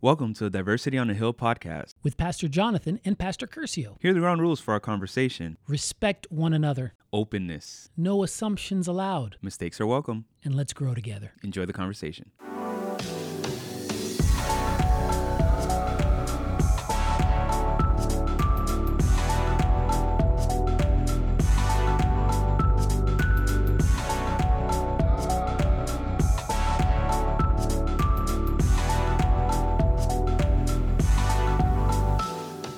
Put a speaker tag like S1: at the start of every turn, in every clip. S1: Welcome to the Diversity on the Hill podcast.
S2: with Pastor Jonathan and Pastor Curcio.
S1: Here are the ground rules for our conversation
S2: Respect one another,
S1: openness.
S2: no assumptions allowed,
S1: Mistakes are welcome.
S2: and let's grow together.
S1: Enjoy the conversation.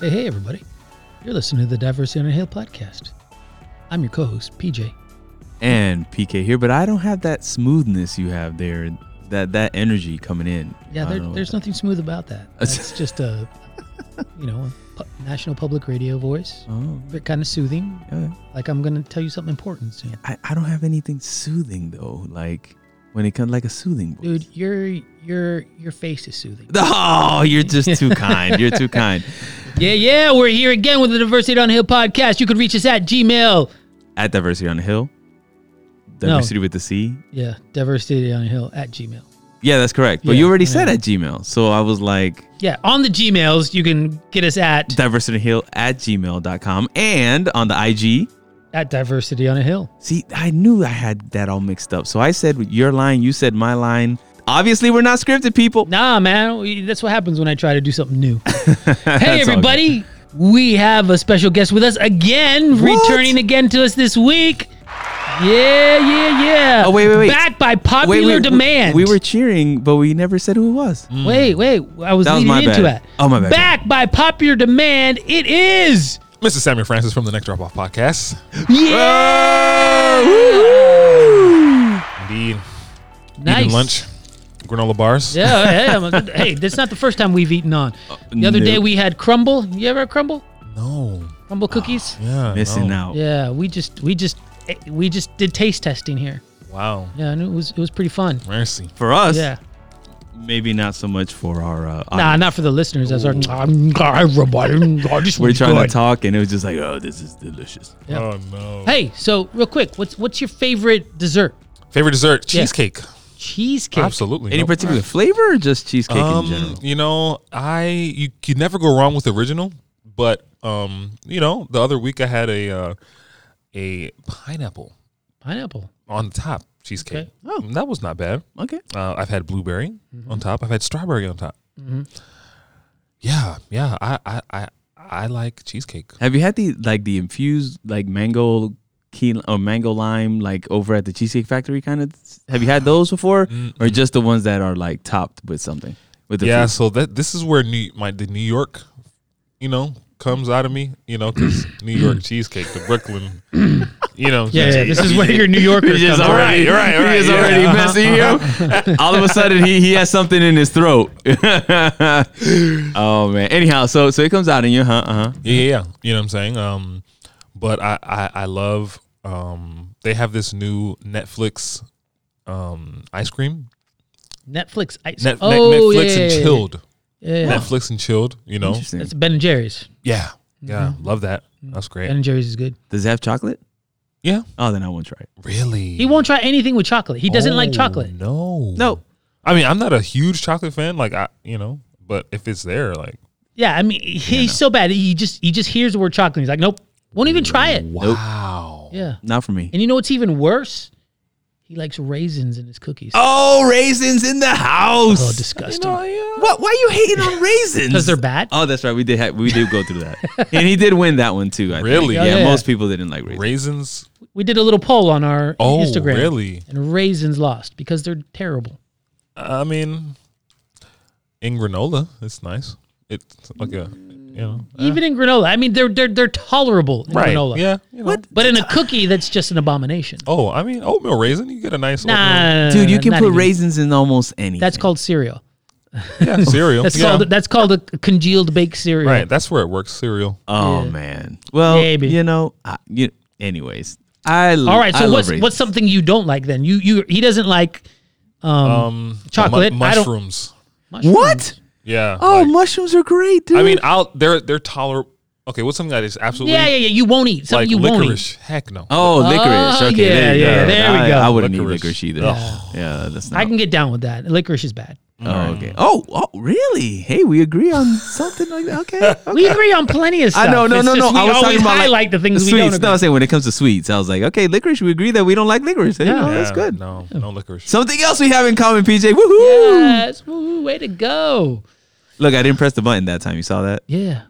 S2: Hey, hey, everybody. You're listening to the Diversity on a Hill podcast. I'm your co host, PJ.
S1: And PK here, but I don't have that smoothness you have there, that that energy coming in.
S2: Yeah, there, there's nothing smooth about that. It's just a, you know, a pu- national public radio voice.
S1: Oh,
S2: But kind of soothing.
S1: yeah.
S2: Like I'm going to tell you something important soon.
S1: Oh, I, I don't have anything soothing though. Like when it comes like a soothing voice.
S2: Dude, your your your face is soothing.
S1: Oh, you're just too kind. You're too kind.
S2: Yeah, yeah, we're here again with the Diversity on a Hill podcast. You can reach us at Gmail.
S1: At Diversity on the Hill. Diversity with the C.
S2: Yeah, Diversity on a Hill at Gmail.
S1: Yeah, that's correct. But you
S2: Yeah,
S1: already said at Gmail. So I was like,
S2: Yeah, on the Gmails, you can get us at
S1: diversityhill at gmail.com and on the IG.
S2: at diversity on a hill.
S1: See, I knew I had that all mixed up. So I said your line, you said my line. Obviously, we're not scripted people.
S2: Nah, man, we- that's what happens when I try to do something new. hey,
S1: That's all
S2: everybody, we have a special guest with us again,
S1: What?
S2: returning again to us this week. Yeah, yeah, yeah.
S1: Oh, wait, wait, wait.
S2: Back by
S1: good.
S2: popular demand.
S1: We, were cheering, but we never said who it was.
S2: Wait, wait. I was
S1: That was
S2: leading
S1: my
S2: into
S1: bad.
S2: it.
S1: Oh, my bad.
S2: Back by popular demand, it is.
S3: Mr. Samuel Francis from the Next Drop Off Podcast.
S1: Woo!
S3: Indeed.
S2: Nice.
S3: Eating lunch, granola bars.
S2: Yeah, hey, I'm a- hey, that's not the first time we've eaten on. The other day
S1: Uh, nope.
S2: we had crumble. You ever had crumble?
S3: No.
S2: Crumble cookies?
S3: Yeah.
S1: Missing
S3: no.
S1: out.
S2: Yeah, we just we just we just did taste testing here.
S3: Wow.
S2: Yeah, and it was it was pretty fun.
S3: Mercy.
S1: For us,
S2: Yeah.
S1: maybe not so much for our. Uh,
S2: Nah,
S1: audience.
S2: not for the listeners. That's our everybody. This
S1: We're
S2: was
S1: trying
S2: good.
S1: to talk, and it was just like, oh, this is delicious.
S2: Yeah.
S3: Oh, no.
S2: Hey, so real quick, what's what's your favorite dessert?
S3: Favorite dessert?
S2: Yeah.
S3: Cheesecake.
S2: Cheesecake.
S3: Absolutely.
S1: Any
S3: Nope.
S1: particular flavor or just cheesecake in
S3: Um,
S1: general?
S3: you know, I you could never go wrong with the original, but um, you know, the other week I had a uh, a pineapple
S2: Pineapple.
S3: on the top cheesecake.
S2: Okay.
S3: Oh, that was not bad.
S1: Okay.
S3: Uh, I've had blueberry
S2: Mm-hmm.
S3: on top. I've had strawberry on top. Yeah, yeah. I, I, I, I like cheesecake.
S1: Have you had the like the infused like mango key or mango lime like over at the Cheesecake Factory kind of? Have you had those before, or just the ones that are like topped with something? With the
S3: yeah.
S1: fruit?
S3: So that this is where New my the New York, you know, comes out of me. You know, because New York cheesecake, the Brooklyn. You know.
S2: Yeah, yeah, this is where your New Yorker
S1: He's just
S2: comes
S3: all
S2: in.
S1: already,
S3: Right, right, right,
S1: He is
S3: yeah.
S1: already messing you. up. All of a sudden, he, he has something in his throat. oh man. Anyhow, so so it comes out in you, huh? Uh huh.
S3: Yeah, yeah, yeah. You know what I'm saying? Um, but I, I, I love. Um, they have this new Netflix, um, ice cream.
S2: Netflix ice.
S3: Net, Net-
S2: oh, yeah,
S3: Netflix
S2: yeah,
S3: and
S2: yeah,
S3: chilled.
S2: Yeah, yeah.
S3: Netflix and chilled. You know.
S1: Interesting.
S2: That's Ben and Jerry's.
S3: Yeah. Yeah. Love that. That's great.
S2: Ben Mm-hmm. and Jerry's is good.
S1: Does it have chocolate?
S3: yeah.
S1: Oh, then I won't try it.
S3: Really.
S2: He won't try anything with chocolate. He doesn't like
S3: Oh,
S2: chocolate.
S3: No.
S1: No.
S3: I mean, I'm not a huge chocolate fan. Like I, you know, but if it's there, like
S2: Yeah, I mean, he's so bad. He just he just hears the word chocolate. He's like, nope, won't even try it.
S3: wow.
S2: Yeah,
S1: Not for me.
S2: and you know what's even worse? He likes raisins in his cookies.
S1: Oh, raisins in the house.
S2: oh disgusting!
S1: What? Why are you hating on raisins?
S2: Because they're bad.
S1: Oh, that's right. We did. Have, we did go through that, and he did win that one too. I think.
S3: Really?
S1: Yeah,
S2: Oh, Yeah, yeah.
S1: Most people didn't like raisins.
S3: Raisins.
S2: we did a little poll on our
S3: Oh,
S2: Instagram.
S3: really?
S2: And raisins lost because they're terrible.
S3: I mean, in granola, it's nice. It's like a, you know,
S2: Even in granola, I mean, they're they're they're tolerable in
S3: Uh. right?
S2: granola.
S3: Yeah. you know.
S1: What?
S2: But in a cookie, that's just an abomination.
S3: Oh, I mean, oatmeal raisin. You get a nice oatmeal.
S2: nah,
S1: Dude, you can
S2: uh, not
S1: put
S2: even.
S1: raisins in almost anything.
S2: That's called cereal.
S3: Yeah, cereal.
S2: That's
S3: yeah.
S2: called that's called a congealed baked cereal.
S3: right. That's where it works. Cereal. Uh,
S1: Oh man. Well,
S2: Maybe.
S1: you know. I, you, anyways, I.
S2: All right.
S1: I
S2: So
S1: love
S2: what's
S1: raisins.
S2: what's something you don't like then? You you he doesn't like
S3: Um,
S2: chocolate,
S3: mu-
S2: I don't-
S3: mushrooms.
S2: mushrooms.
S1: What?
S3: Yeah.
S1: Oh,
S3: like-
S1: mushrooms are great, dude.
S3: I mean, I'll. They're they're tolerable. Okay, what's something that is absolutely
S2: Yeah, yeah, yeah. You won't eat something
S3: like
S2: you won't eat.
S3: licorice? Heck no.
S1: Oh, licorice.
S2: Oh,
S1: okay,
S2: yeah,
S1: there you
S2: yeah,
S1: go.
S2: there we
S1: I,
S2: go.
S1: I wouldn't eat
S3: Licorice.
S1: licorice either. Yeah, that's not.
S2: I can get down with that. Licorice is bad.
S1: Oh, okay. Oh, oh, really? Hey, we agree on something like that. Okay.
S2: We agree on plenty of stuff.
S1: I know, no,
S2: It's
S1: no, no.
S2: just We
S1: I was
S2: always
S1: talking about
S2: highlight
S1: like
S2: the things we
S1: sweets.
S2: don't
S1: No, I
S2: agree.
S1: was saying when it comes to sweets, I was like, okay, licorice. We agree that we don't like licorice. Hey,
S2: Yeah.
S1: no, that's
S3: Yeah,
S1: good.
S3: Uh, No, no licorice.
S1: Something else we have in common, PJ. Woohoo!
S2: Yes, woo, way to go.
S1: Look, I didn't press the button that time. You saw that?
S2: Yeah.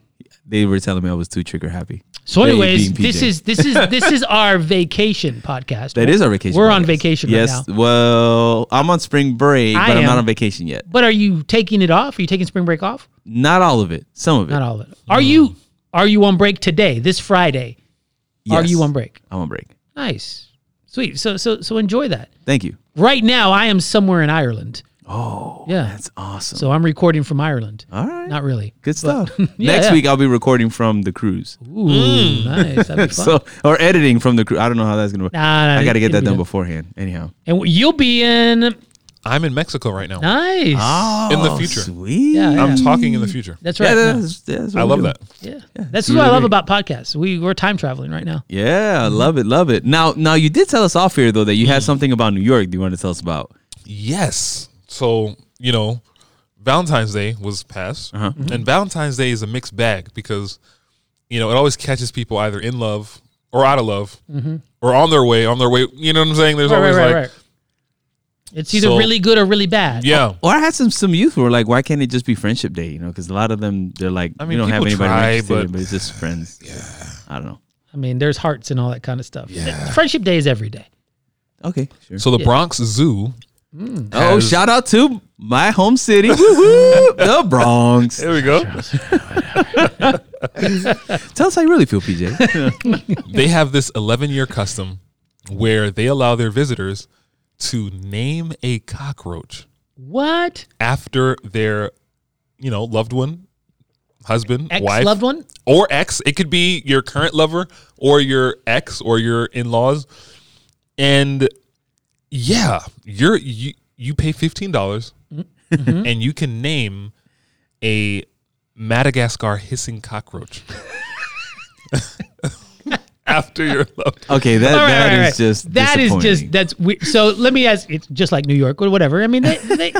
S1: They were telling me I was too trigger happy.
S2: So,
S1: They
S2: anyways,
S1: being
S2: this
S1: PJ.
S2: is this is this is our vacation podcast.
S1: That is our vacation.
S2: We're on
S1: podcast.
S2: vacation right
S1: Yes. Well, I'm on spring break,
S2: I
S1: but I'm
S2: am.
S1: not on vacation yet.
S2: But are you taking it off? Are you taking spring break off?
S1: Not all of it. Some of it.
S2: Not all of it. Are you are you on break today? This Friday? Are
S1: Yes.
S2: you on break?
S1: I'm on break.
S2: Nice, sweet. So so so enjoy that.
S1: Thank you.
S2: Right now, I am somewhere in Ireland.
S1: Oh,
S2: Yeah.
S1: that's awesome.
S2: So I'm recording from Ireland.
S1: all right.
S2: Not really.
S1: Good stuff.
S2: Yeah,
S1: Next
S2: yeah.
S1: week I'll be recording from the cruise.
S2: Ooh, nice. That'd be fun.
S1: Mm. So or editing from the cruise. I don't know how that's gonna work.
S2: Nah, nah,
S1: I gotta
S2: it-
S1: get that
S2: it'll
S1: done
S2: be done.
S1: beforehand. Anyhow.
S2: and w- you'll be in.
S3: I'm in Mexico right now.
S2: Nice.
S3: In the future.
S1: Sweet.
S2: Oh, Yeah, yeah.
S3: I'm talking in the future.
S2: That's right.
S1: Oh. Yeah,
S2: Yeah,
S1: that's- that's what
S3: I
S1: we
S3: love
S1: do.
S3: that.
S2: yeah. that's
S1: it's
S2: what I love
S1: really
S2: about podcasts. We we're time traveling right now.
S1: Yeah, I love it, love it. Now, now you did tell us off here though that you had
S3: Mm-hmm.
S1: something about New York. Do you want to tell us about?
S3: Yes. So, you know, Valentine's Day was passed, and Valentine's Day is a mixed bag because, you know, it always catches people either in love or out of love or on their way, on their way. You know what I'm saying? There's
S2: Mm-hmm. Right, right,
S3: always
S2: right,
S3: like,
S2: right. It's either
S3: So-
S2: really good or really bad.
S3: yeah.
S1: Or I had some some youth who were like, why can't it just be Friendship Day? You know, because a lot of them they're like,
S3: I
S1: I we
S3: mean,
S1: don't have
S3: people
S1: anybody
S3: try,
S1: we're interested in,
S3: but-
S1: but it's just friends. Yeah, I don't know.
S2: I mean, there's hearts and all that kind of stuff. Friendship Day is every day.
S1: Okay, sure.
S3: So the Bronx Zoo.
S1: oh,
S3: has-
S1: shout out to my home city, Woo-hoo, the Bronx.
S3: There we go.
S1: Tell us how you really feel, PJ.
S3: they have this 11 year custom where they allow their visitors to name a cockroach
S2: What?
S3: after their, you know, loved one, husband,
S2: Ex
S3: wife,
S2: loved one?
S3: or ex. It could be your current lover or your ex or your in laws. And yeah, you're you you pay fifteen dollars and you can name a Madagascar hissing cockroach. After your loved
S1: Okay, that that is
S2: All right, all right, all right.
S1: just
S2: that is just
S1: disappointing.
S2: that's we so. Let me ask. It's just like New York or whatever. I mean, they they,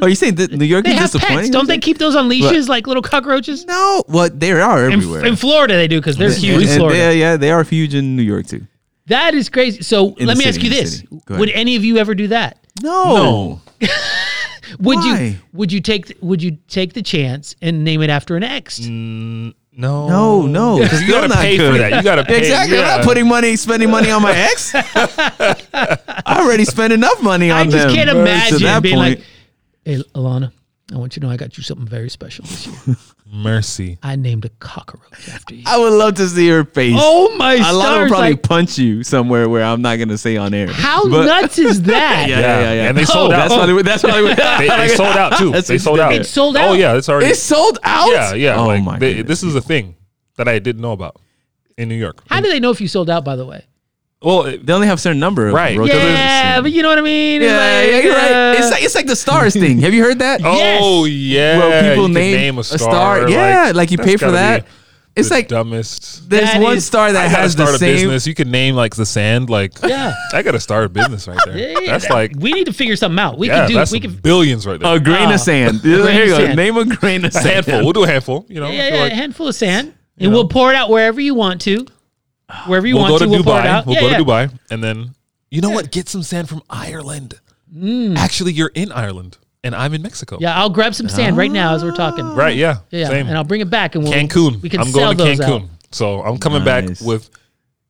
S1: Are you saying that New York
S2: they
S1: is
S2: have pets,
S1: disappointing?
S2: don't they? Keep those on leashes like little cockroaches.
S1: No, well, they are
S2: In,
S1: everywhere.
S2: in Florida, they do because they're
S1: And-
S2: huge in
S1: and
S2: Florida.
S1: they- yeah, they are huge in New York too.
S2: that is crazy. So
S1: In
S2: let
S1: the
S2: me ask
S1: city,
S2: you
S1: in the
S2: this:
S1: city. Go ahead.
S2: Would any of you ever do that?
S1: No.
S2: Would you
S1: Why?
S2: would you take th- would you take the chance and name it after an ex?
S1: Mm,
S3: No,
S1: No, no, 'cause
S3: you
S1: they're
S3: gotta
S1: not
S3: pay for
S1: good.
S3: that. You gotta pay.
S1: Exactly. I'm
S3: yeah.
S1: not putting money, spending money on my ex. I already spent enough money on
S2: I just
S1: them,
S2: can't
S1: bro,
S2: imagine
S1: to that
S2: being
S1: point.
S2: like, "Hey, Alana, I want you to know I got you something very special this year.
S3: mercy.
S2: I named a cockroach after you."
S1: I would love to see her face.
S2: oh my
S1: a lot
S2: stars!
S1: of Oh, probably
S2: like,
S1: punch you somewhere where I'm not gonna say on air.
S2: how
S1: But-
S2: nuts is that?
S1: Yeah, yeah, yeah, yeah.
S3: And they sold
S2: Oh,
S3: out.
S1: That's probably. That's probably.
S3: they, they sold out too.
S1: That's
S3: they sold out.
S2: It sold out?
S3: Oh yeah, it's already.
S1: It's sold out.
S3: yeah, yeah.
S1: Oh
S3: like,
S1: my.
S3: they-
S1: goodness.
S3: this is a thing that I didn't know about in New York.
S2: How do they know if you sold out? By the way.
S3: Well, it,
S1: They only have a certain number. Of
S3: Right.
S1: roaches.
S2: Yeah, but you know what I mean. It's
S1: yeah,
S2: like,
S1: yeah, you're right.
S2: uh,
S1: It's like it's like the stars thing. Have you heard that?
S3: oh yeah.
S1: Well, people
S3: you can
S1: name, a star. yeah, like, you
S3: that's
S1: pay for
S3: gotta be
S1: that. It's
S3: the
S1: like
S3: dumbest.
S1: there's
S2: That
S1: one
S2: is-
S1: star
S3: I
S1: that
S3: gotta
S1: has
S3: start
S1: the
S3: a
S1: same.
S3: business. You can name like the sand. Like
S2: Yeah.
S3: I gotta start a business right there.
S2: yeah,
S3: that's
S2: that-
S3: like
S2: we need to figure something out. We
S3: yeah,
S2: can do.
S3: that's
S2: We can.
S3: billions right there.
S1: Oh. A grain
S2: Ah,
S1: of sand.
S2: grain
S1: there you
S2: of
S1: go.
S2: sand.
S1: Name a grain of
S3: a
S1: sand.
S3: handful. We'll do a handful. You know, I
S2: Yeah,
S3: feel
S2: yeah,
S3: like-
S2: a handful of sand, and we'll pour it out wherever you want to. Wherever you
S3: we'll
S2: want
S3: go to
S2: to, we'll pour it
S3: Dubai.
S2: out.
S3: We'll
S2: yeah,
S3: go
S2: yeah.
S3: to Dubai, and then you know what? Get some sand from Ireland. Actually, you're in Ireland, and I'm in Mexico.
S2: Mm. Yeah, I'll grab some sand right now as we're talking.
S3: Ah. Right. Yeah.
S2: Yeah,
S3: Same.
S2: and I'll bring it back and we'll,
S3: Cancun.
S2: We can
S3: I'm
S2: sell
S3: going to
S2: those
S3: Cancun.
S2: out.
S3: So I'm coming
S1: Nice.
S3: back with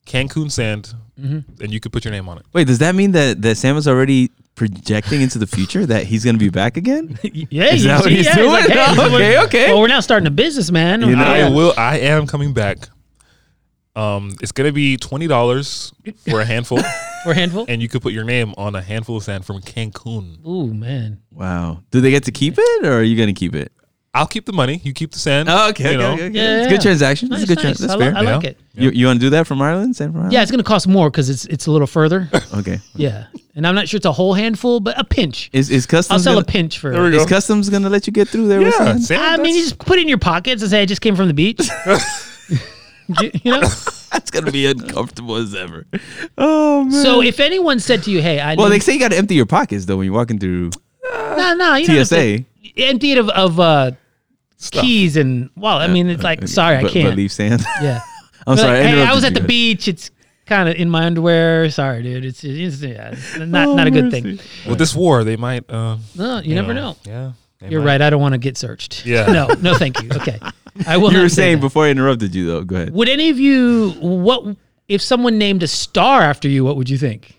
S3: Cancun sand,
S2: Mm-hmm.
S3: and you could put your name on it.
S1: Wait, does that mean that that Sam is already projecting into the future that he's going to be back again?
S2: Yeah,
S1: Is
S2: you
S1: that what
S2: see,
S1: he's
S2: yeah,
S1: doing?
S2: Like, hey,
S1: okay, okay.
S2: Well, we're now starting a business, man.
S1: You know,
S3: I
S2: Yeah.
S3: will. I am coming back. Um, it's gonna be twenty dollars for a handful,
S2: We're a handful.
S3: and you could put your name on a handful of sand from Cancun.
S2: Ooh, man.
S1: wow. Do they get to keep it, or are you going to keep it?
S3: I'll keep the money. You keep the sand.
S1: Oh, okay, okay,
S3: you know.
S1: okay, okay.
S2: Yeah,
S1: it's a
S2: yeah.
S1: good transaction.
S2: Nice,
S1: it's a good
S2: nice.
S1: transaction. That's fair.
S2: I, li- I like
S3: Yeah.
S2: it.
S1: You, you want to do that from Ireland? Sam from Ireland?
S2: Yeah, it's going to cost more because it's it's a little further.
S1: Okay.
S2: yeah, and I'm not sure it's a whole handful, but a pinch.
S1: Is is
S2: I'll
S1: customs?
S2: sell a
S1: Gonna,
S2: pinch for.
S3: There we
S1: is
S3: go.
S1: customs going to let you get through there? with
S3: Yeah,
S1: sand?
S3: sand,
S2: I mean, you
S3: that's-
S2: just put it in your pockets and say, "I just came from the beach." you, you know.
S1: That's going to be uncomfortable as ever. Oh man.
S2: So if anyone said to you, "Hey, I,"
S1: well, they
S2: need,
S1: say you got to empty your pockets though when you're walking through.
S2: no, No, no, you don't have to-
S1: TSA.
S2: empty it of, of uh,
S3: Stuff.
S2: keys and well, I mean, it's like sorry, I
S1: But-
S2: can't.
S1: But leave sand.
S2: yeah,
S1: I'm
S2: Be like,
S1: sorry.
S2: hey, I
S1: interrupted
S2: was at
S1: you.
S2: the beach. It's kind of in my underwear. Sorry, dude. It's, it's, yeah, it's not not a good thing.
S1: Mercy.
S3: With this war, they might. Uh,
S2: No, you, never know.
S3: Yeah. they
S2: You're
S3: might.
S2: right. I don't want to get searched.
S3: Yeah.
S2: no, no, thank you. Okay, I will.
S1: You
S2: not
S1: were
S2: say
S1: saying
S2: that.
S1: before I interrupted you, though. Go ahead.
S2: Would any of you what if someone named a star after you? What would you think?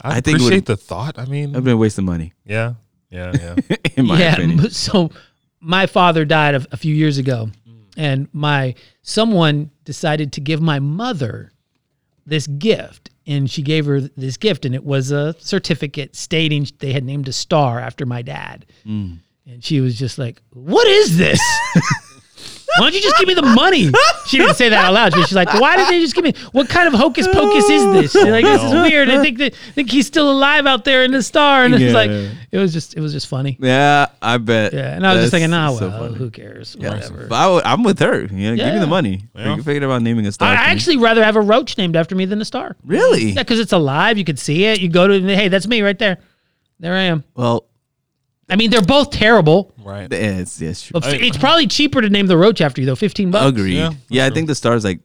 S3: I,
S1: I think it would-
S3: appreciate the thought. I
S1: I've
S3: mean,
S1: been wasting money,
S3: yeah, yeah, yeah.
S1: in my
S2: yeah.
S1: opinion.
S2: m- So my father died a, a few years ago,
S1: Mm.
S2: and my someone decided to give my mother this gift, and she gave her this gift, and it was a certificate stating they had named a star after my dad,
S1: Mm.
S2: and she was just like, "What is this?" Why don't you just give me the money? She didn't say that out loud. But she's like, "Why did they just give me? What kind of hocus pocus is this? She's like, this is weird. I think that think he's still alive out there in the star." And
S1: Yeah.
S2: it's like, it was just, it was just funny.
S1: Yeah, I bet.
S2: Yeah, and I was just
S1: That's
S2: thinking, nah, well,
S1: so funny.
S2: who cares? Whatever.
S1: But I would, I'm with her. You know, give me
S2: Yeah.
S1: the money.
S3: Yeah.
S1: You can figure about naming a star.
S2: I
S1: for me.
S2: actually rather have a roach named after me than a star.
S1: really.
S2: Yeah, because it's alive. You could see it. You go to, hey, that's me right there. There I am.
S1: Well,
S2: I mean, they're both terrible.
S3: right.
S1: yeah, it's yes, true.
S2: But f- it's probably cheaper to name the roach after you though. Fifteen bucks.
S1: Agreed.
S3: Yeah,
S1: Yeah, I think the star's like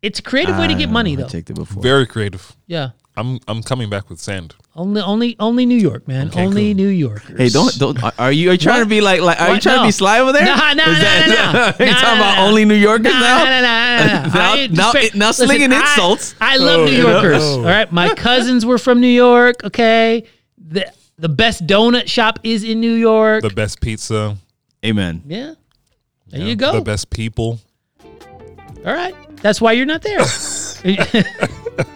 S2: It's a creative way to
S1: I
S2: get
S1: don't
S2: money
S1: know,
S2: though.
S1: Ah, I checked it before.
S3: Very creative.
S2: Yeah.
S3: I'm I'm coming back with sand.
S2: Only, only, only New York, man.
S3: Okay,
S2: only
S3: cool.
S2: New York.
S1: Hey, don't don't. are- Are you are you trying to be like like? Are you
S2: What?
S1: trying
S2: No.
S1: to be sly over there?
S2: Nah, nah,
S1: Is
S2: nah, nah, nah.
S1: you
S2: Nah,
S1: talking
S2: nah,
S1: about
S2: nah.
S1: only New Yorkers
S2: Nah,
S1: now?
S2: nah, nah, nah, nah, nah.
S1: Now-
S2: I
S1: now-
S2: respect-
S1: now slinging
S2: I-
S1: insults.
S2: I, love
S1: Oh,
S2: New
S1: you know?
S2: Yorkers. All right, my cousins were from New York. Okay, the the best donut shop is in New York.
S3: The best pizza.
S1: Amen.
S2: yeah, there
S3: yeah,
S2: you go.
S3: The best people.
S2: All right, that's why you're not there.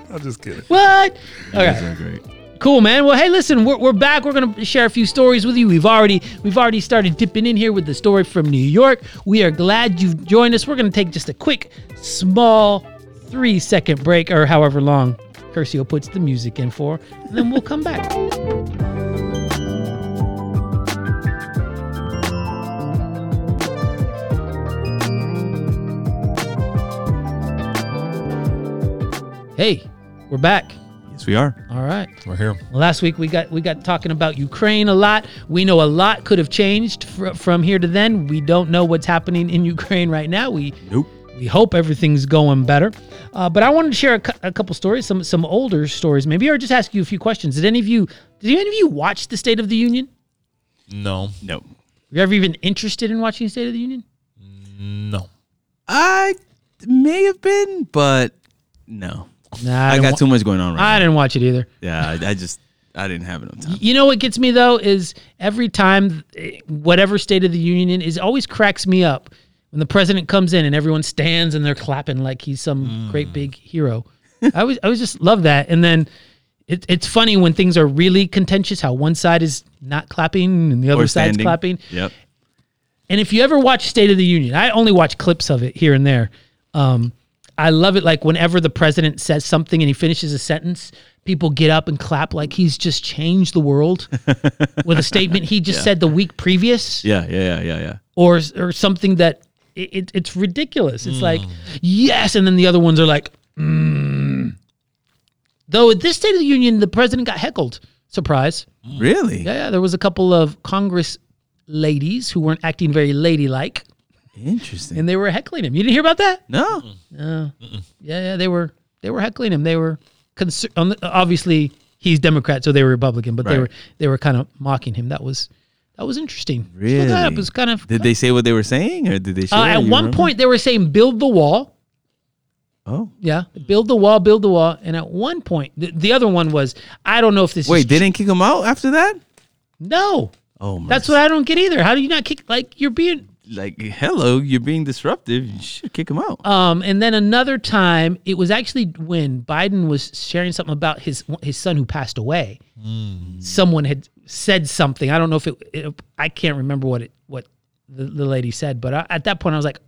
S3: I'm just kidding.
S2: what? All right.
S1: Those are great.
S2: Cool, man. Well, hey, listen, we're, we're back. We're gonna share a few stories with you. We've already we've already started dipping in here with the story from New York. We are glad you've joined us. We're gonna take just a quick, small, three second break or however long Curcio puts the music in for, and then we'll come back. Hey, we're back.
S1: Yes, we are.
S2: All right.
S3: We're here.
S2: Last week we got we got talking about Ukraine a lot. We know a lot could have changed fr- from here to then. We don't know what's happening in Ukraine right now. We
S1: Nope.
S2: we hope everything's going better. Uh, but I wanted to share a, cou- a couple stories, some some older stories maybe, or just ask you a few questions. Did any of you did any of you watch the State of the Union?
S3: No,
S1: Nope.
S2: Were you ever even interested in watching the State of the Union?
S3: no.
S1: I may have been, but no.
S2: Nah, I,
S1: I
S2: didn't wa-
S1: got too much going on right
S2: I didn't watch it either.
S1: Yeah, I, I just I didn't have enough time.
S2: You know what gets me though is every time eh, whatever state of the union is it always cracks me up when the president comes in and everyone stands and they're clapping like he's some
S1: Mm.
S2: great big hero. I always I always just love that. And then it, it's funny when things are really contentious how one side is not clapping and the other
S1: Or
S2: side's
S1: standing.
S2: clapping.
S1: Yep.
S2: And if you ever watch State of the Union, I only watch clips of it here and there. Um, I love it. Like whenever the president says something and he finishes a sentence, people get up and clap like he's just changed the world with a statement he just said the week previous,
S1: Yeah, yeah, yeah, yeah, yeah.
S2: or or something that it, it, it's ridiculous. It's like yes, and then the other ones are like, mm. though at this State of the Union, the president got heckled. Surprise.
S1: Really?
S2: Mm. Yeah, yeah. There was a couple of Congress ladies who weren't acting very ladylike,
S1: Interesting.
S2: and they were heckling him. You didn't hear about that?
S1: no.
S2: Yeah, yeah. They were they were heckling him. They were concer- on the, obviously he's Democrat, so they were Republican, but they
S1: Right.
S2: were they were kind of mocking him. That was that was interesting. Just look that up. It
S1: Really?
S2: was kind of
S1: Did they say what they were saying, or did they? Share?
S2: uh, at
S1: You
S2: one
S1: remember?
S2: point they were saying build the wall.
S1: Oh,
S2: Yeah, build the wall, build the wall. And at one point, the, the other one was I don't know if this is
S1: wait, they didn't kick him out after that?
S2: no.
S1: Oh my!
S2: That's what I don't get either. How do you not kick like you're being
S1: like hello, you're being disruptive. You should kick him out.
S2: Um, and then another time, it was actually when Biden was sharing something about his his son who passed away.
S1: Hmm.
S2: Someone had said something. I don't know if it. it I can't remember what it what the, the lady said, but I, at that point, I was like,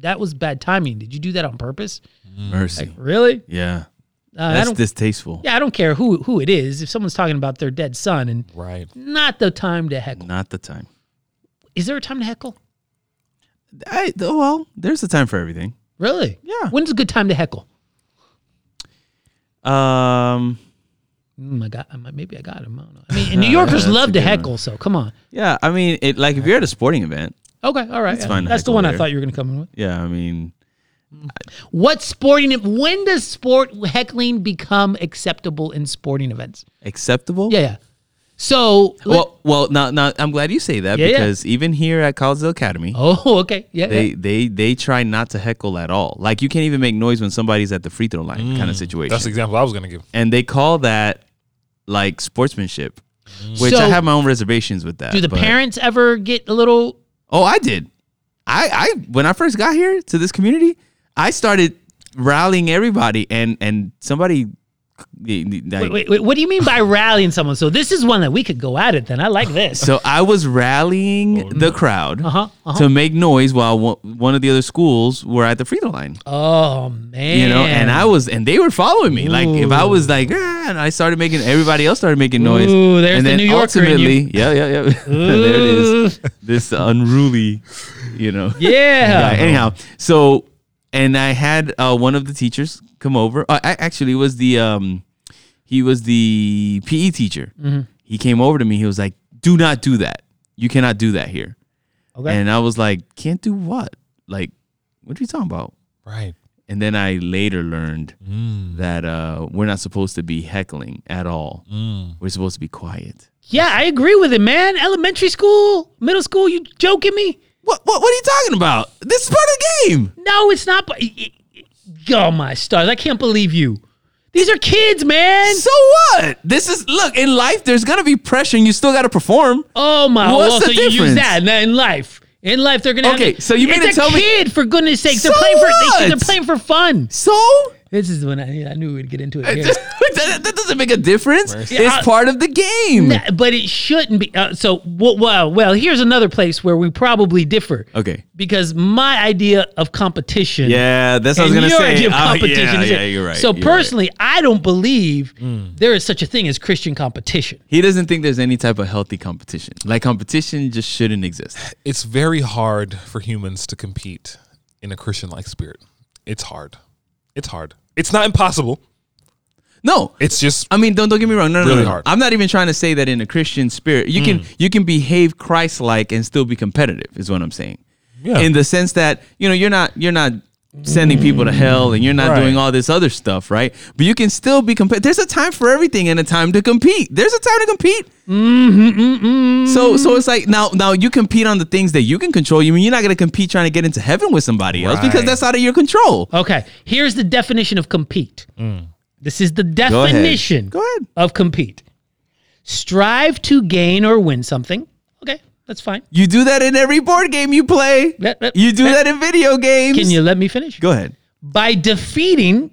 S2: "That was bad timing. Did you do that on purpose?
S1: Mercy.
S2: Really?
S1: yeah,
S2: Uh, I
S1: that's
S2: don't.
S1: distasteful.
S2: yeah, I don't care who who it is. If someone's talking about their dead son, and
S3: Right.
S2: not the time to heckle.
S1: Not the time.
S2: Is there a time to heckle?
S1: I, oh, well, there's a time for everything.
S2: Really?
S1: Yeah.
S2: When's a good time to heckle?
S1: Um,
S2: Mm, I got, I might, maybe I got him. I don't know. I mean, and New Yorkers
S1: that's
S2: love
S1: a
S2: to
S1: good one.
S2: heckle, so come on.
S1: Yeah, I mean, it like if you're at a sporting event,
S2: Okay, all right.
S1: It's fine to
S2: That's the
S1: heckle
S2: one I
S1: there.
S2: thought you were going to come in with.
S1: yeah, I mean,
S2: What sporting? When does sport heckling become acceptable in sporting events?
S1: acceptable.
S2: Yeah, yeah. So, let-
S1: Well, well, now, now I'm glad you say that
S2: Yeah, yeah.
S1: because even here at Collegeville Academy,
S2: oh, okay, yeah, yeah.
S1: they they they try not to heckle at all. Like you can't even make noise when somebody's at the free throw line kind of situation.
S3: That's the example I was going to give.
S1: and they call that like sportsmanship, which
S2: Mm. So-
S1: I have my own reservations with that.
S2: Do the
S1: but-
S2: parents ever get a little?
S1: Oh, I did. I I when I first got here to this community, I started rallying everybody, and and somebody.
S2: Wait, wait, wait, what do you mean by rallying someone? So this is one that we could go at it. Then I like this.
S1: So I was rallying the crowd
S2: Oh, Uh-huh, uh-huh.
S1: to make noise while one, one of the other schools were at the free throw line.
S2: oh man,
S1: You know, and I was, and they were following me. Like if I was like, ah, and I started making, everybody else started making noise.
S2: Ooh, there's
S1: and
S2: the
S1: then
S2: New Yorker in you.
S1: ultimately, yeah, yeah, yeah. there it is. This unruly, you know.
S2: yeah.
S1: Yeah, anyhow, so and I had uh, one of the teachers come over. Uh, I actually it was the um, he was the PE teacher. He came over to me. He was like, "Do not do that. You cannot do that here."
S2: Okay.
S1: And I was like, "Can't do what? Like, what are you talking about?"
S3: Right.
S1: And then I later learned that uh, we're not supposed to be heckling at all. We're supposed to be quiet.
S2: Yeah, I agree with it, man. Elementary school, middle school, you joking me?
S1: What, what what are you talking about? This is part of the game.
S2: No, it's not. but- Oh my stars! I can't believe you. These are kids, man.
S1: So what? This is look in life. There's gonna be pressure, and you still gotta perform.
S2: Oh my!
S1: What's
S2: well,
S1: the
S2: so you use
S1: difference?
S2: that in- in life. In life, they're gonna.
S1: Okay,
S2: have
S1: so you
S2: it's
S1: mean to
S2: a
S1: tell me-
S2: kid, for goodness' sakes, they're
S1: So
S2: playing for they,
S1: what?
S2: are playing for fun.
S1: So
S2: This is when I, I knew we'd get into it. Here.
S1: that, that doesn't make a difference. it's
S2: I-
S1: part of the game.
S2: Nah, but it shouldn't be. Uh, so well, well, well, here's another place where we probably differ.
S1: Okay.
S2: Because my idea of competition.
S1: Yeah, that's what I was
S2: and
S1: gonna
S2: your
S1: say.
S2: idea of
S1: Uh, yeah,
S2: competition is
S1: yeah,
S2: it.
S1: you're right.
S2: So
S1: you're right. Hmm.
S2: personally, I don't believe there is such a thing as Christian competition.
S1: he doesn't think there's any type of healthy competition. Like competition just shouldn't exist.
S3: It's very hard for humans to compete in a Christian like spirit. It's hard. It's hard. It's not impossible.
S1: No,
S3: It's just
S1: I mean, don't don't get me wrong. No, no,
S3: Really
S1: no, no.
S3: hard. Mm.
S1: I'm not even trying to say that in a Christian spirit, you can you can behave Christ-like and still be competitive. Is what I'm saying.
S3: Yeah.
S1: In the sense that you know you're not you're not sending people to hell and you're not
S3: Right.
S1: doing all this other stuff, right? But you can still be competitive. There's a time for everything and a time to compete. There's a time to compete.
S3: Mm-hmm,
S1: So so it's like now now you compete on the things that you can control. You mean you're not gonna compete trying to get into heaven with somebody else because
S3: Right.
S1: that's out of your control.
S2: Okay, here's the definition of compete. This is the
S1: Mm. ahead.
S2: definition
S1: Go ahead.
S2: of compete. Strive to gain or win something. Okay, that's fine.
S1: You do that in every board game you play.
S2: Yep, yep,
S1: You do
S2: yep.
S1: that in video games.
S2: Can you let me finish?
S1: Go ahead.
S2: By defeating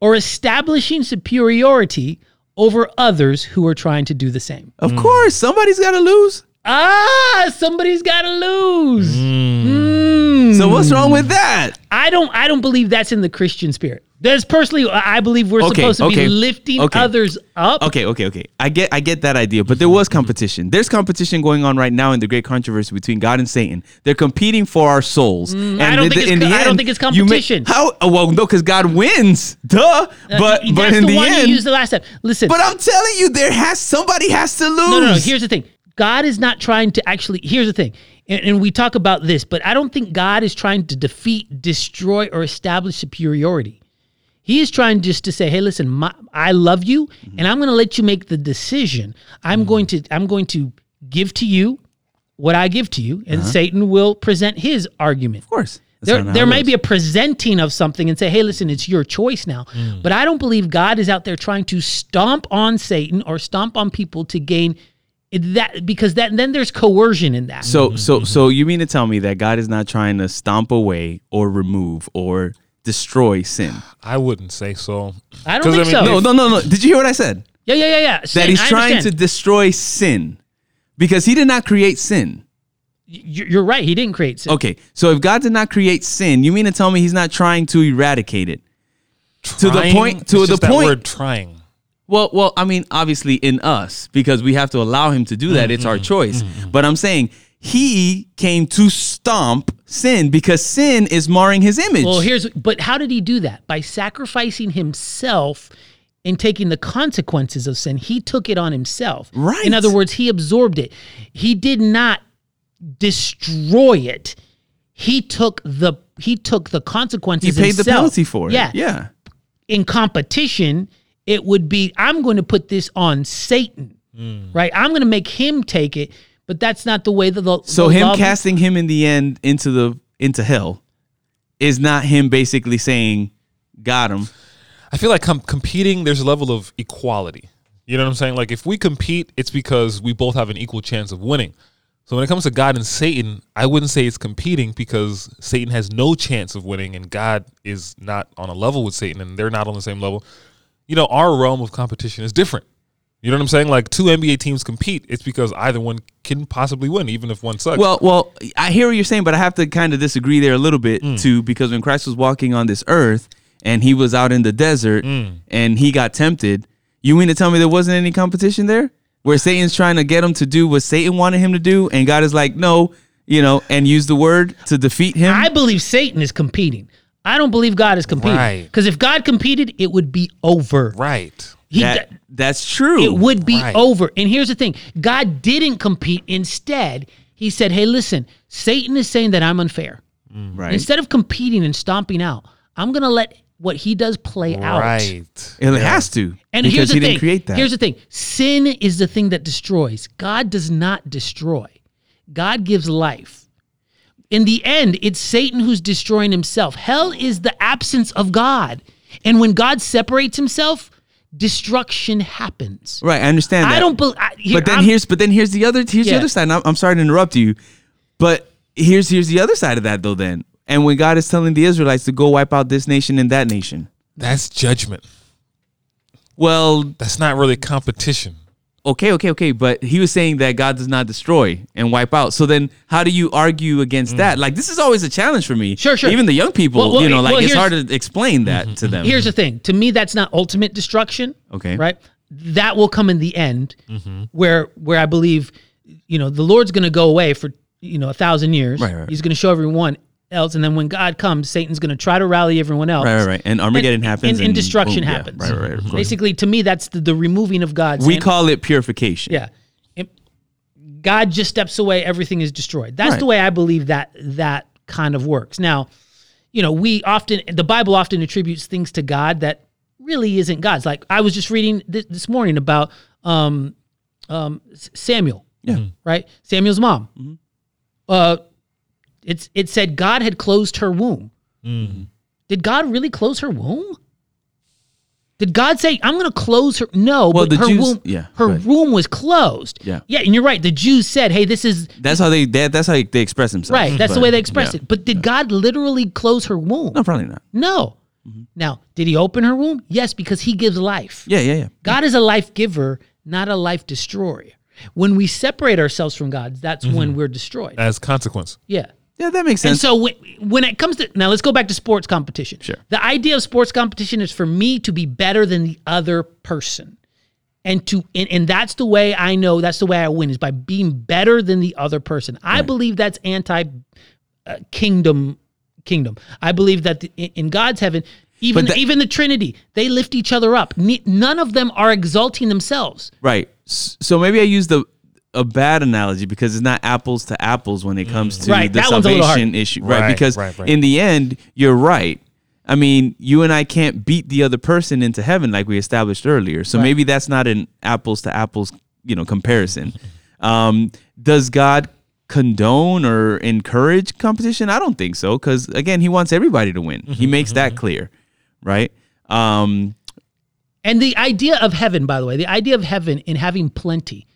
S2: or establishing superiority over others who are trying to do the same.
S1: Of course, somebody's got to lose.
S2: Ah, somebody's got to lose.
S1: Mm. So what's wrong
S2: Hmm.
S1: with that?
S2: I don't I don't believe that's in the Christian spirit. That's personally I I believe we're
S1: Okay,
S2: supposed to be
S1: okay,
S2: lifting
S1: okay.
S2: others up.
S1: Okay, okay, okay. I get I get that idea, but there was competition. There's competition going on right now in the great controversy between God and Satan. They're competing for our souls. and
S2: Hmm, I don't think it's co- I don't think it's
S1: you may-
S2: competition. Uh,
S1: how oh, well no cuz God wins. Duh. But
S2: That's
S1: but in
S2: the,
S1: the,
S2: one
S1: end
S2: you used the last time. Listen,
S1: But I'm telling you there has somebody has to lose.
S2: no, no, no. Here's the thing. God is not trying to actually. Here's the thing, and, and we talk about this, but I don't think God is trying to defeat, destroy, or establish superiority. He is trying just to say, "Hey, listen, my, I love you, and I'm going to let you make the decision. I'm going to, I'm going to give to you what I give to you, and Satan will present his argument.
S1: of course. That's
S2: There,
S1: not how
S2: there
S1: it
S2: may
S1: goes.
S2: be a presenting of something and say, hey, listen, it's your choice now.
S1: Mm.
S2: But I don't believe God is out there trying to stomp on Satan or stomp on people to gain that because that then there's coercion in that.
S1: So so so you mean to tell me that God is not trying to stomp away or remove or destroy sin?
S3: I wouldn't say so.
S2: I don't
S3: 'Cause,
S2: think so.
S1: No, no, no, no. Did you hear what I said?
S2: yeah, yeah, yeah, yeah. Sin,
S1: that he's
S2: I
S1: trying to
S2: understand.
S1: destroy sin because he did not create sin.
S2: You- You're right. He didn't create sin.
S1: Okay, so if God did not create sin, you mean to tell me he's not trying to eradicate it? the
S3: Trying-
S1: point- to
S3: it's just
S1: the
S3: that
S1: point-
S3: word trying.
S1: Well, well, I mean, obviously in us because we have to allow him to do that. It's
S2: Mm-hmm.
S1: our choice. But I'm saying he came to stomp sin because sin is marring his image.
S2: Well, here's but how did he do that? By sacrificing himself in taking the consequences of sin. He took it on himself.
S1: Right.
S2: In other words, he absorbed it. He did not destroy it. He took the he took the
S1: He
S2: consequences.
S1: paid the
S2: himself.
S1: penalty for it.
S2: Yeah.
S1: Yeah.
S2: In competition, it would be I'm going to put this on Satan.
S1: Hmm.
S2: Right. I'm going to make him take it. But that's not the way that the
S1: So
S2: the
S1: him
S2: love-
S1: casting him in the end into the into hell is not him basically saying, "Got him."
S3: I feel like com- competing, there's a level of equality. You know what I'm saying? Like if we compete, it's because we both have an equal chance of winning. So when it comes to God and Satan, I wouldn't say it's competing because Satan has no chance of winning and God is not on a level with Satan and they're not on the same level. You know, our realm of competition is different. You know what I'm saying? Like two NBA teams compete, it's because either one can possibly win, even if one sucks.
S1: Well, well, I hear what you're saying, but I have to kind of disagree there a little bit
S2: Mm.
S1: too, because when Christ was walking on this earth and he was out in the desert
S2: Mm.
S1: and he got tempted, you mean to tell me there wasn't any competition there, where Satan's trying to get him to do what Satan wanted him to do, and God is like, no, you know, and use the word to defeat him.
S2: I believe Satan is competing. I don't believe God is competing.
S3: Right.
S2: Because if God competed, it would be over.
S3: right.
S2: He,
S1: that, that's true.
S2: it would be
S3: Right.
S2: over. And here's the thing God didn't compete. Instead, he said, Hey, listen, Satan is saying that I'm unfair.
S1: right.
S2: Instead of competing and stomping out, I'm going to let what he does play out.
S3: Right.
S1: It has to
S2: And
S1: because
S2: here's the
S1: he
S2: thing.
S1: didn't create that.
S2: Here's the thing. Sin is the thing that destroys. God does not destroy. God gives life. In the end, it's Satan who's destroying himself. Hell is the absence of God. And when God separates himself, destruction happens.
S1: right, I understand. That.
S2: I don't believe. Here,
S1: but then
S2: I'm-
S1: here's but then here's the other here's the
S2: Yeah.
S1: other side. And I'm, I'm sorry to interrupt you, but here's here's the other side of that though. Then and when God is telling the Israelites to go wipe out this nation and that nation,
S3: That's judgment.
S1: well,
S3: That's not really competition.
S1: okay, okay, okay. But he was saying that God does not destroy and wipe out. So then how do you argue against that? Like this is always a challenge for me.
S2: Mm. Sure, sure.
S1: Even the young people,
S2: Well, well,
S1: you know, like
S2: well,
S1: it's
S2: here's- Mm-hmm,
S1: hard to explain that to them.
S2: here's the thing. To me, that's not ultimate destruction.
S1: Okay. Mm-hmm.
S2: Right. That will come in the end, where where I believe, you know, the Lord's going to go away for you know a thousand years.
S1: Right, right.
S2: He's going to show everyone else, and then when God comes, Satan's going to try to rally everyone else.
S1: right, right, right. And Armageddon
S2: And-
S1: happens,
S2: and- and destruction
S1: boom, yeah.
S2: happens.
S1: Right, right, right. of course.
S2: Basically, to me, that's the, the removing of God's.
S1: We
S2: hand.
S1: call it purification.
S2: Yeah. It- God just steps away, everything is destroyed. That's
S1: Right.
S2: the way I believe that that kind of works. Now, you know, we often the Bible often attributes things to God that really isn't God's. Like I was just reading this, this morning about um um S- Samuel.
S1: Yeah.
S2: Right? Samuel's mom.
S1: Mm-hmm.
S2: Uh it's it said God had closed her womb.
S1: Mm-hmm.
S2: Did God really close her womb? Did God say, "I'm going to close her"? No,
S1: Well,
S2: but
S1: the
S2: her
S1: Jews-
S2: womb,
S1: yeah,
S2: her
S1: right.
S2: womb was closed.
S1: Yeah.
S2: yeah, and you're right. The Jews said, "Hey, this is
S1: That's how they that, that's how they express themselves.
S2: right." That's the
S1: But,
S2: way they expressed
S1: yeah.
S2: it. But did God literally close her womb?
S1: No, probably not.
S2: No. Now, did He open her womb? Yes, because He gives life.
S1: Yeah, yeah, yeah.
S2: God is a life giver, not a life destroyer. When we separate ourselves from God, that's
S1: Mm-hmm.
S2: when we're destroyed.
S3: As consequence.
S2: yeah.
S1: Yeah, that makes
S2: And
S1: sense.
S2: so when, when it comes to now, let's go back to sports competition.
S1: Sure.
S2: The idea of sports competition is for me to be better than the other person, and to and, and that's the way I know that's the way I win is by being better than the other person. I believe that's anti uh, kingdom kingdom. I believe that the, in, in God's heaven. Even,
S1: that-
S2: even the Trinity, they lift each other up. Ne- none of them are exalting themselves.
S1: right. S- So maybe I used the a bad analogy because it's not apples to apples when it comes to
S2: Mm. Right,
S1: the
S2: that one's a little hard.
S1: salvation issue, right?
S3: Right,
S1: because
S3: right, right.
S1: in the end, you're right. I mean, you and I can't beat the other person into heaven like we established earlier. So maybe that's not an apples to apples, you know, comparison. Um, does God condone or encourage competition? I don't think so, because again, He wants everybody to win.
S2: Mm-hmm,
S1: he makes that clear, right? Um,
S2: And the idea of heaven, by the way, the idea of heaven in having plenty,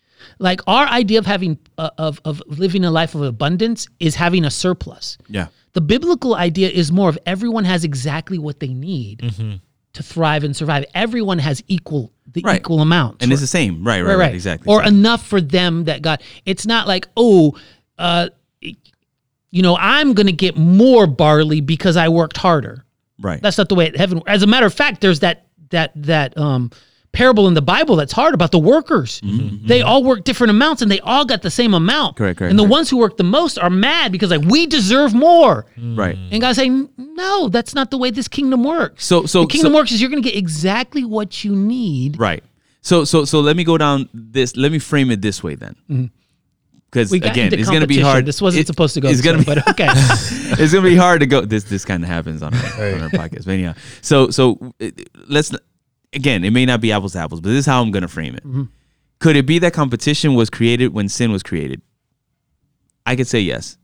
S2: like our idea of having uh, of of living a life of abundance is having a surplus.
S1: yeah.
S2: The biblical idea is more of everyone has exactly what they need
S1: Mm-hmm.
S2: to thrive and survive. Everyone has equal the
S1: Right.
S2: equal amount.
S1: And it's the same, right? Right, right, exactly.
S2: Or enough for them that God. It's not like oh, uh, you know, I'm gonna get more barley because I worked harder.
S1: right.
S2: That's not the way heaven. As a matter of fact, there's that that that um parable in the Bible that's hard about the workers. They all work different amounts and they all got the same amount.
S1: Mm-hmm, Correct, correct,
S2: and the
S1: correct.
S2: ones who work the most are mad because like we deserve more.
S1: right.
S2: And God's saying, no, that's not the way this kingdom works.
S1: So- so-
S2: the kingdom
S1: so-
S2: works is you're going to get exactly what you need.
S1: Right. So so so let me go down this. Let me frame it this way then. Because
S2: Mm-hmm. We got
S1: again,
S2: into
S1: it's gonna be
S2: competition.
S1: hard.
S2: This wasn't
S1: It-
S2: supposed to go.
S1: It's
S2: this
S1: gonna
S2: way,
S1: be
S2: but okay.
S1: it's gonna be hard to go. This this kind of happens on our, on our podcast. But anyhow, so so it- let's again. It may not be apples to apples, but this is how I'm gonna frame it.
S2: Mm-hmm.
S1: Could it be that competition was created when sin was created? I could say yes.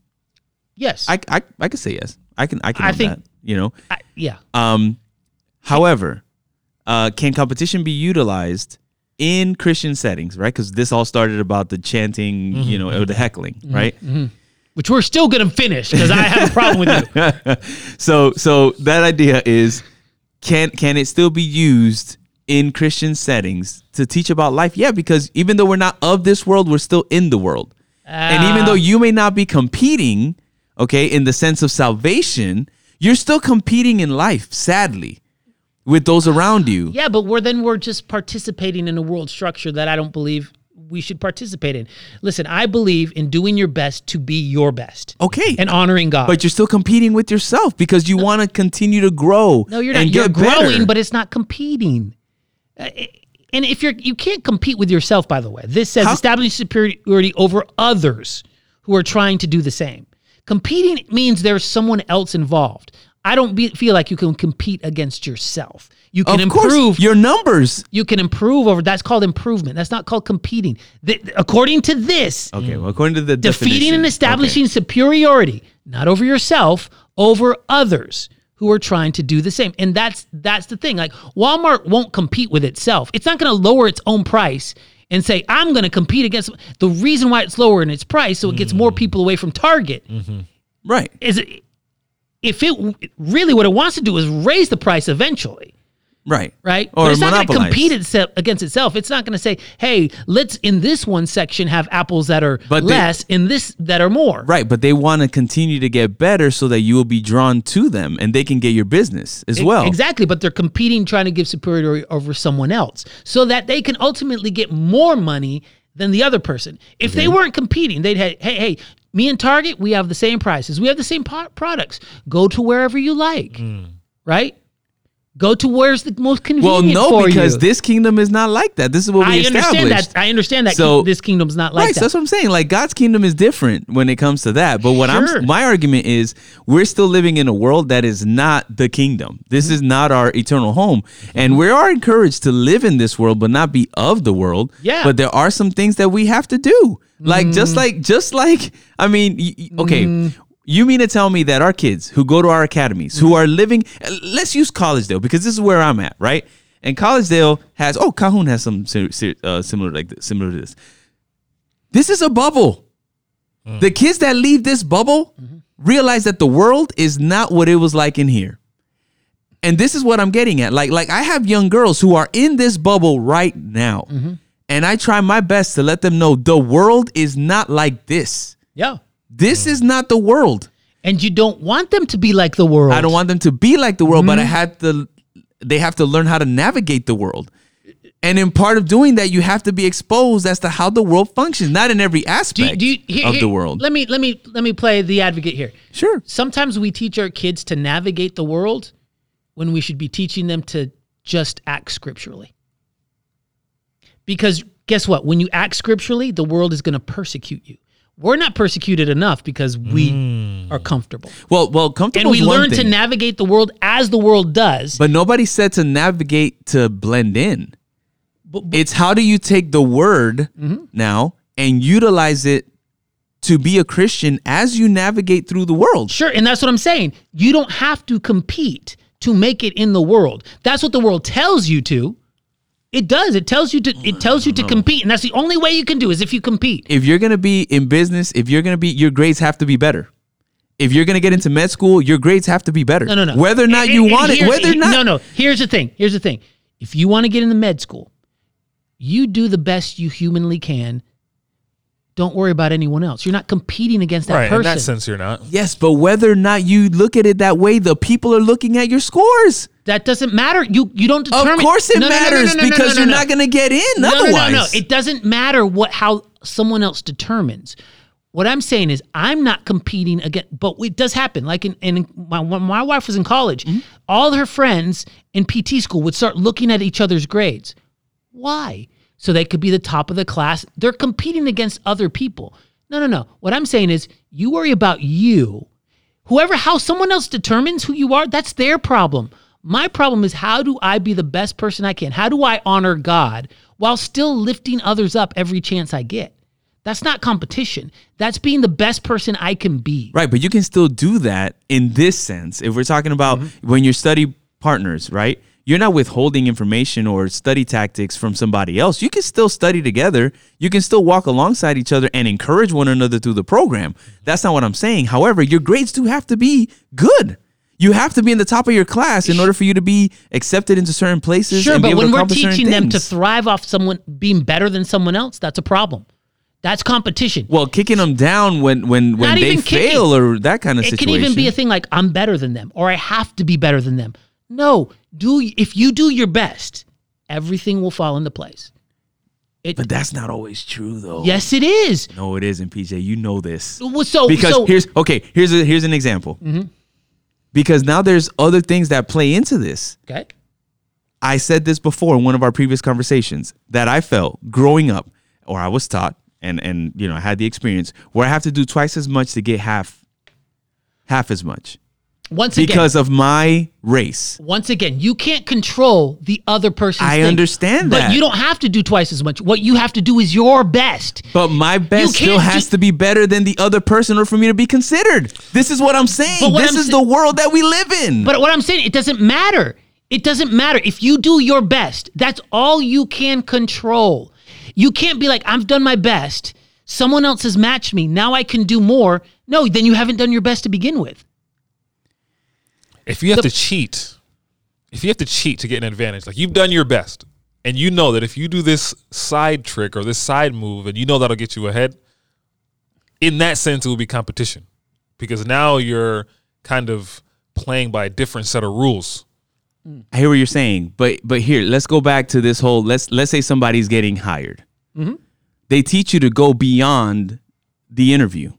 S2: yes.
S1: I I, I could say yes. I can I can.
S2: I
S1: own
S2: think-
S1: that, you know.
S2: I- yeah.
S1: Um, however, uh, can competition be utilized in Christian settings, right? Because this all started about the chanting, you know, or the heckling, right?
S2: Which we're still going to finish because I have a problem with you.
S1: So, so that idea is, can can it still be used in Christian settings to teach about life? Yeah, because even though we're not of this world, we're still in the world, and even though you may not be competing, okay, in the sense of salvation, you're still competing in life. Sadly, with those around you.
S2: Yeah, but we're then we're just participating in a world structure that I don't believe we should participate in. Listen, I believe in doing your best to be your best.
S1: Okay.
S2: And honoring God.
S1: but you're still competing with yourself because you want to continue to grow.
S2: no, you're not.
S1: and
S2: You're
S1: get
S2: growing,
S1: better.
S2: but it's not competing. Uh, And if you're you can't compete with yourself, by the way. This says
S1: How-
S2: establishing superiority over others who are trying to do the same. Competing means there's someone else involved. I don't be, feel like you can compete against yourself. You can
S1: of
S2: improve
S1: course, your numbers.
S2: you can improve over that's called improvement that's not called competing Th- according to this
S1: Okay, well, according to the
S2: Mm. defeating
S1: definition-
S2: and establishing superiority not over yourself over others who are trying to do the same and that's that's the thing like walmart won't compete with itself it's not going to lower its own price and say i'm going to compete against the reason why it's lower in its price so it gets more people away from target
S1: okay. right?
S2: is it, if it w- really what it wants to do is raise the price eventually
S1: Right,
S2: right?
S1: Or
S2: but it's not going to
S1: monopolize.
S2: compete itself against itself. It's not going to say, "Hey, let's in this one section have apples that are
S1: But they-
S2: less, in this that are more."
S1: Right, but they want to continue to get better so that you will be drawn to them and they can get your business as
S2: E-
S1: well.
S2: Exactly, but they're competing, trying to give superiority over someone else, so that they can ultimately get more money than the other person. If they
S1: Mm-hmm.
S2: weren't competing, they'd have, "Hey, hey." Me and Target, we have the same prices. We have the same po- products. Go to wherever you like, right? Go to where's the most
S1: Mm. Well,
S2: convenient
S1: no,
S2: for
S1: because
S2: you.
S1: this kingdom is not like that. This is what we
S2: I understand
S1: established.
S2: that. I understand that.
S1: So-
S2: ki- this kingdom's not like
S1: right,
S2: that.
S1: so that's what I'm saying. Like God's kingdom is different when it comes to that. But what
S2: Sure.
S1: I'm my argument is we're still living in a world that is not the kingdom. This is not our eternal home. And we are encouraged to live in this world but not be of the world.
S2: Yeah.
S1: But there are some things that we have to do. Like just like just like I mean, y- y- okay. You mean to tell me that our kids who go to our academies, who are living, let's use Collegedale because this is where I'm at, right? And Collegedale has, oh, Calhoun has some si- si- uh, similar like th- similar to this. This is a bubble. The kids that leave this bubble realize that the world is not what it was like in here. And this is what I'm getting at. Like like I have young girls who are in this bubble right now. And I try my best to let them know the world is not like this.
S2: Yeah.
S1: This is not the world.
S2: And you don't want them to be like the world.
S1: I don't want them to be like the world, but
S2: Mm-hmm.
S1: I had to they have to learn how to navigate the world. And in part of doing that, you have to be exposed as to how the world functions, not in every
S2: Do
S1: aspect
S2: you- do you- here-
S1: of
S2: here-
S1: the world.
S2: Let me let me let me play the advocate here.
S1: sure.
S2: Sometimes we teach our kids to navigate the world when we should be teaching them to just act scripturally. Because guess what? When you act scripturally, the world is going to persecute you. We're not persecuted enough because we are comfortable.
S1: Hmm. Well, well,
S2: And
S1: comfortable.
S2: we
S1: is one
S2: learn to
S1: thing,
S2: navigate the world as the world does.
S1: but nobody said to navigate to blend in.
S2: But- Mm-hmm.
S1: it's how do you take the word now and utilize it to be a Christian as you navigate through the world.
S2: Sure, and that's what I'm saying. You don't have to compete to make it in the world. That's what the world tells you to. It does. It tells you to it tells you to compete, and that's the only way you can do is if you compete.
S1: If you're gonna be in business, if you're gonna be, your grades have to be better. If you're gonna get into med school, your grades have to be better.
S2: No, no, no.
S1: Whether or not
S2: And-
S1: you
S2: and
S1: want it,
S2: here's-
S1: whether or not,
S2: No, no. Here's the thing. Here's the thing. If you want to get into med school, you do the best you humanly can don't worry about anyone else. You're not competing against that
S3: right. In
S2: person.
S3: that sense, you're not.
S1: Yes, but whether or not you look at it that way, the people are looking at your scores.
S2: That doesn't matter. You you don't
S1: Of
S2: determine.
S1: course, it
S2: No, no, no, no, no,
S1: matters
S2: no, no,
S1: because
S2: no,
S1: you're
S2: no.
S1: not going to get in
S2: No,
S1: otherwise.
S2: No, no, no, It doesn't matter what how someone else determines. What I'm saying is, I'm not competing again, but it does happen. Like in, in my, when my wife was in college, all her friends in PT school would start looking at each other's grades. Why? So they could be the top of the class. They're competing against other people. No, no, no. What I'm saying is, you worry about you. Whoever, how someone else determines who you are, that's their problem. My problem is, how do I be the best person I can? How do I honor God while still lifting others up every chance I get? That's not competition. That's being the best person I can be.
S1: Right, but you can still do that in this sense. If we're talking about when you study partners, right? You're not withholding information or study tactics from somebody else. You can still study together. You can still walk alongside each other and encourage one another through the program. That's not what I'm saying. However, your grades do have to be good. You have to be in the top of your class in order for you to be accepted into certain places.
S2: Sure,
S1: and be
S2: but
S1: able to
S2: when we're
S1: accomplish certain
S2: teaching them to
S1: things.
S2: thrive off someone being better than someone else, that's a problem. That's competition.
S1: well, kicking them down when when when
S2: Not
S1: they
S2: even kicking.
S1: fail or that kind of
S2: it
S1: situation.
S2: can even be a thing like I'm better than them or I have to be better than them. No, do if you do your best, everything will fall into place.
S1: but that's not always true though.
S2: Yes, it is.
S1: No, it isn't, PJ. You know this.
S2: Well, Oh, So
S1: Because
S2: so, Mm-hmm.
S1: here's okay. Here's a, here's an example. Because now there's other things that play into this.
S2: okay.
S1: I said this before in one of our previous conversations that I felt growing up, or I was taught, and and you know I had the experience where I have to do twice as much to get half, half as much
S2: Once again,
S1: because of my race.
S2: once again, you can't control the other person's
S1: I
S2: thing,
S1: understand that.
S2: But you don't have to do twice as much. What you have to do is your best.
S1: But my best still
S2: can't
S1: has
S2: ju-
S1: to be better than the other person, or for me to be considered. This is what I'm saying.
S2: But what
S1: this
S2: I'm
S1: is
S2: sa-
S1: the world that we live in.
S2: But what I'm saying, it doesn't matter. It doesn't matter. If you do your best, that's all you can control. You can't be like, I've done my best. Someone else has matched me. Now I can do more. No, then you haven't done your best to begin with.
S3: If you have to cheat, if you have to cheat to get an advantage, like you've done your best, and you know that if you do this side trick or this side move, and you know that'll get you ahead, in that sense, it will be competition because now you're kind of playing by a different set of rules.
S1: I hear what you're saying, but but here, let's go back to this whole let's let's say somebody's getting hired. They teach you to go beyond the interview.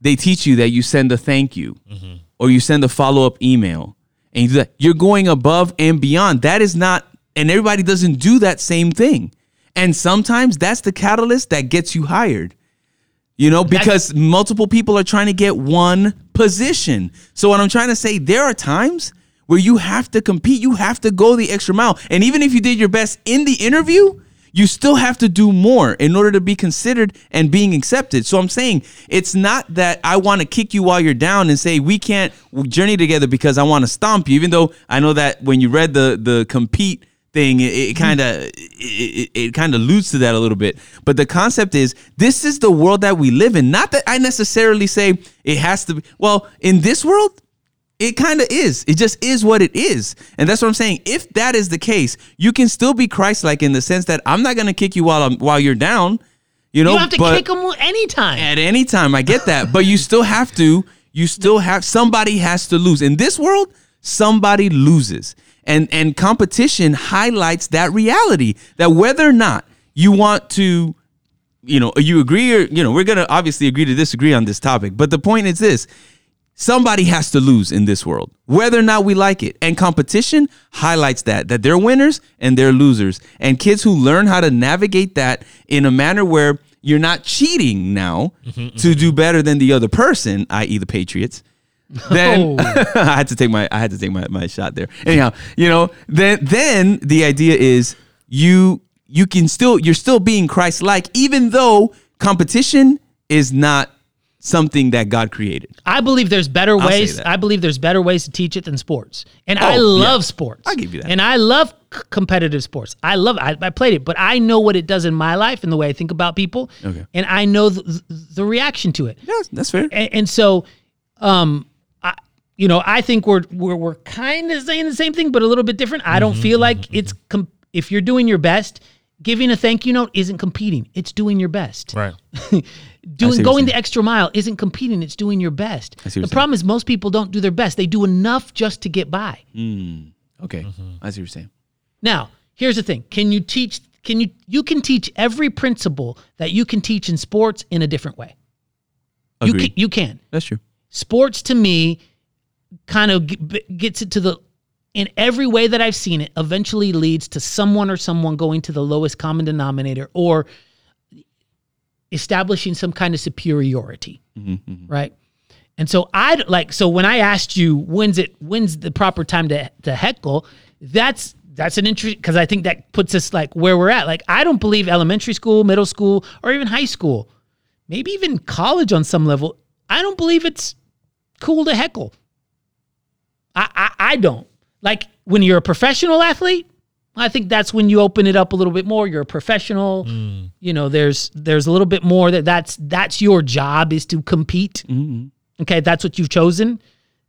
S1: They teach you that you send a thank you or you send a follow up email, and you do that. You're going above and beyond. That is not, and everybody doesn't do that same thing. And sometimes that's the catalyst that gets you hired. You know, because multiple people are trying to get one position. So what I'm trying to say, there are times where you have to compete, you have to go the extra mile. And even if you did your best in the interview, you still have to do more in order to be considered and being accepted. So I'm saying it's not that I want to kick you while you're down and say we can't journey together because I want to stomp you. Even though I know that when you read the the compete thing it-
S2: Mm-hmm.
S1: it kind of it, it, it kind of alludes to that a little bit but the concept is this is the world that we live in not that i necessarily say it has to be well in this world it kind of is it just is what it is and that's what i'm saying if that is the case you can still be christ-like in the sense that i'm not going to kick you while i'm while you're down you know
S2: You don't have to
S1: but
S2: kick them anytime.
S1: at any time i get that but you still have to you still have somebody has to lose in this world somebody loses and and competition highlights that reality that whether or not you want to you know you agree or you know we're gonna obviously agree to disagree on this topic but the point is this somebody has to lose in this world whether or not we like it and competition highlights that that they're winners and they're losers and kids who learn how to navigate that in a manner where you're not cheating now to do better than the other person i.e the patriots then i had to take my i had to take my, my shot there anyhow you know then then the idea is you you can still you're still being christ-like even though competition is not something that god created
S2: I believe there's better
S1: say
S2: ways.
S1: that.
S2: I believe there's better ways to teach it than sports, and
S1: Oh,
S2: I
S1: yeah.
S2: love sports.
S1: I'll give you that.
S2: And I love c- competitive sports. I love. I, I played it, but I know what it does in my life and the way I think about people,
S1: Okay.
S2: and I know th- th- the reaction to it.
S1: Yes, that's fair.
S2: and, and so um I, you know i think we're we're, we're
S1: Mm-hmm,
S2: kind of saying the same thing but a little bit different i don't feel like it's com- if you're doing your best giving a thank you note isn't competing. It's doing your best.
S3: Right.
S1: I see what
S2: Doing
S1: you're
S2: going
S1: saying.
S2: the extra mile isn't competing. It's doing your best.
S1: I see what
S2: The
S1: you're saying. Mm.
S2: problem is most people don't do their best. They do enough just to get by.
S1: Okay,
S2: Mm-hmm.
S1: I see what you're saying.
S2: Now, here's the thing. Can you teach can you you can teach every principle that you can teach in sports in a different way? You
S1: Agreed.
S2: can, you can.
S1: That's true.
S2: Sports to me kind of g- b- gets it to the in every way that I've seen it eventually leads to someone or someone going to the lowest common denominator or establishing some kind of superiority. Right? And so I d- like so when I asked you when's it when's the proper time to to heckle, that's that's an interesting because I think that puts us like where we're at. Like I don't believe elementary school, middle school, or even high school, maybe even college on some level. I don't believe it's cool to heckle. I I, I don't like when you're a professional athlete. I think that's when you open it up a little bit more. You're a professional. You know, there's there's a little bit more that that's that's your job is to compete okay that's what you've chosen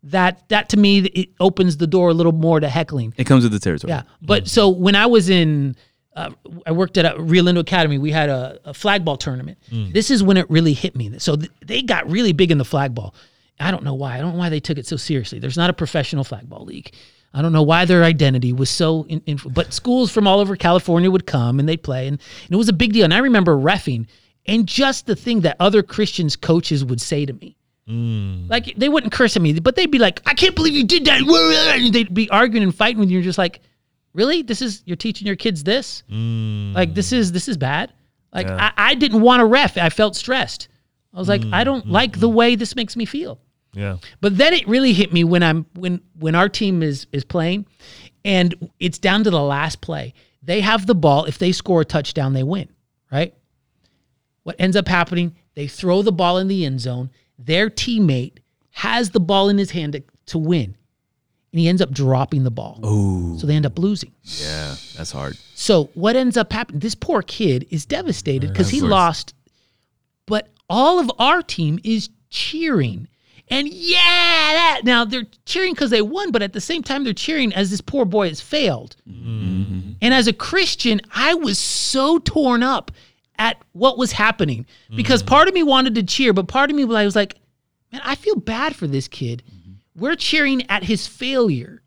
S2: that that to me it opens the door a little more to heckling
S1: It comes with the territory.
S2: yeah but so when i was in uh, i worked at a real Indo academy we had a, a flag ball tournament this is when it really hit me so th- they got really big in the flag ball i don't know why i don't know why they took it so seriously there's not a professional flag ball league I don't know why their identity was so, in, in, but schools from all over California would come and they'd play, and, and it was a big deal. And I remember refing, and just the thing that other Christians coaches would say to me, like they wouldn't curse at me, but they'd be like, "I can't believe you did that!" And they'd be arguing and fighting with you. You're just like, "Really? This is you're teaching your kids this? Like this is this is bad." Like I, I didn't want to ref. I felt stressed. I was like, "I don't like the way this makes me feel."
S3: Yeah.
S2: But then it really hit me when I'm when when our team is is playing, and it's down to the last play. They have the ball. If they score a touchdown, they win. Right. What ends up happening? They throw the ball in the end zone. Their teammate has the ball in his hand to, to win, and he ends up dropping the ball. Oh. So they end up losing.
S1: Yeah, that's hard.
S2: So what ends up happening? This poor kid is devastated because he lost, but all of our team is cheering. And yeah, that now they're cheering because they won, but at the same time they're cheering as this poor boy has failed. And as a Christian, I was so torn up at what was happening because part of me wanted to cheer, but part of me was like, man, I feel bad for this kid. We're cheering at his failure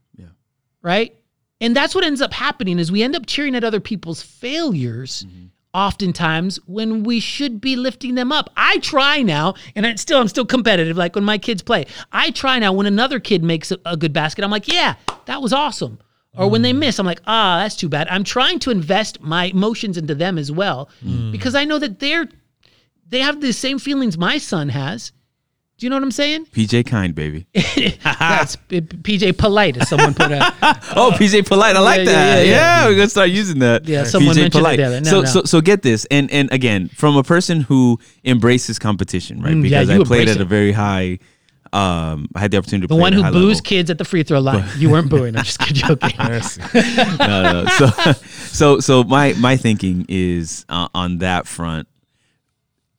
S2: right? And that's what ends up happening is we end up cheering at other people's failures oftentimes when we should be lifting them up. I try now, and I still I'm still competitive like when my kids play. I try now when another kid makes a, a good basket, I'm like, "Yeah, that was awesome." Or when they miss, I'm like, "Ah, that's too bad." I'm trying to invest my emotions into them as well because I know that they're they have the same feelings my son has. Do you know what I'm saying?
S1: PJ Kind, baby.
S2: That's P- PJ Polite, as someone put out.
S1: Oh, PJ Polite. I like
S2: yeah,
S1: that.
S2: yeah,
S1: Yeah,
S2: yeah,
S1: we're gonna start using that.
S2: Yeah, someone mentioned it the other- no,
S1: so,
S2: no.
S1: so, so get this, and and again, from a person who embraces competition, right?
S2: Mm, yeah,
S1: Because
S2: you
S1: I played
S2: embrace
S1: at a
S2: it.
S1: very high. Um, I had the opportunity to
S2: The
S1: play
S2: one
S1: at a
S2: who
S1: high
S2: boos
S1: level.
S2: kids at the free throw line. You weren't booing. I'm just kidding, joking.
S1: no, no. So, so, so my my thinking is uh, on that front.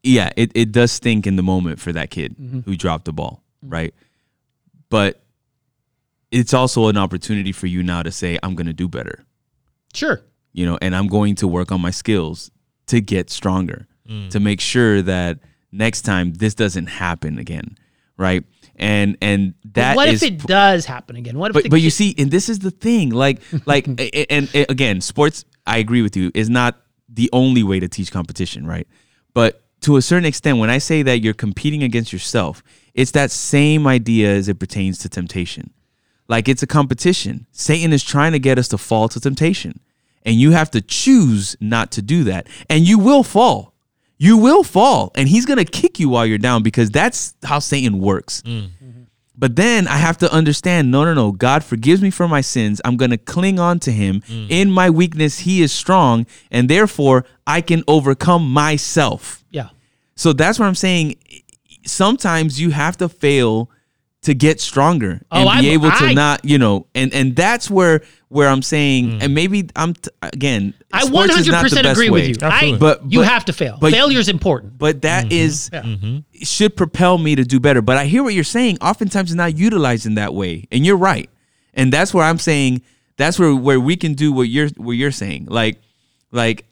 S1: Yeah, it, it does stink in the moment for that kid
S2: Mm-hmm.
S1: who dropped the ball, right? But it's also an opportunity for you now to say, "I'm going to do better,"
S2: Sure.
S1: you know, and I'm going to work on my skills to get stronger, to make sure that next time this doesn't happen again, right? And and that
S2: what
S1: is
S2: if it does happen again? What if the
S1: but but you
S2: kid-
S1: see, and this is the thing, like like a- a- and, a- again, sports. I agree with you. Is not the only way to teach competition, right? But to a certain extent, when I say that you're competing against yourself, it's that same idea as it pertains to temptation. Like it's a competition. Satan is trying to get us to fall to temptation, and you have to choose not to do that, and you will fall. You will fall, and he's gonna kick you while you're down because that's how Satan works. But then I have to understand no, no, no. God forgives me for my sins. I'm going to cling on to him.
S2: Mm.
S1: In my weakness, he is strong, and therefore I can overcome myself.
S2: yeah,
S1: So that's what I'm saying. Sometimes you have to fail to get stronger and
S2: Oh,
S1: be
S2: I'm-
S1: able to
S2: I-
S1: not, you know, and and that's where where I'm saying, and maybe I'm t- again.
S2: Mm. I
S1: sports
S2: one
S1: is
S2: hundred
S1: not the
S2: percent
S1: best
S2: agree
S1: way.
S2: with you. I,
S3: Absolutely.
S1: But-
S2: you
S1: but-
S2: have to fail.
S1: but-
S2: Failure's important.
S1: But that is
S2: Yeah.
S1: should propel me to do better. But I hear what you're saying. Oftentimes it's not utilized in that way. And you're right. And that's where I'm saying that's where where we can do what you're what you're saying. Like like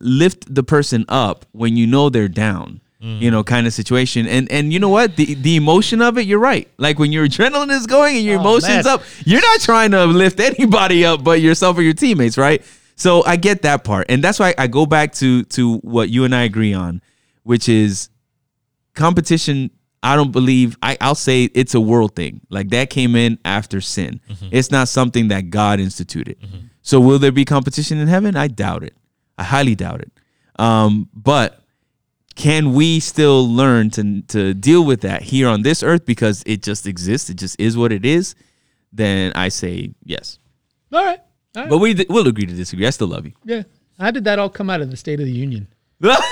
S1: lift the person up when you know they're down.
S2: Mm.
S1: You know, kind of situation, and and you know what, the the emotion of it. You're right. Like when your adrenaline is going and your
S2: Oh,
S1: emotions
S2: man.
S1: up, you're not trying to lift anybody up but yourself or your teammates, right? So I get that part, and that's why I go back to to what you and I agree on, which is competition i don't believe I, i'll say it's a world thing like that came in after sin it's not something that god instituted so will there be competition in heaven i doubt it i highly doubt it um, but can we still learn to, to deal with that here on this earth because it just exists it just is what it is then i say yes
S2: All right. All right.
S1: but we we'll agree to disagree i still love you
S2: Yeah. How did that all come out of the State of the Union?
S1: oh,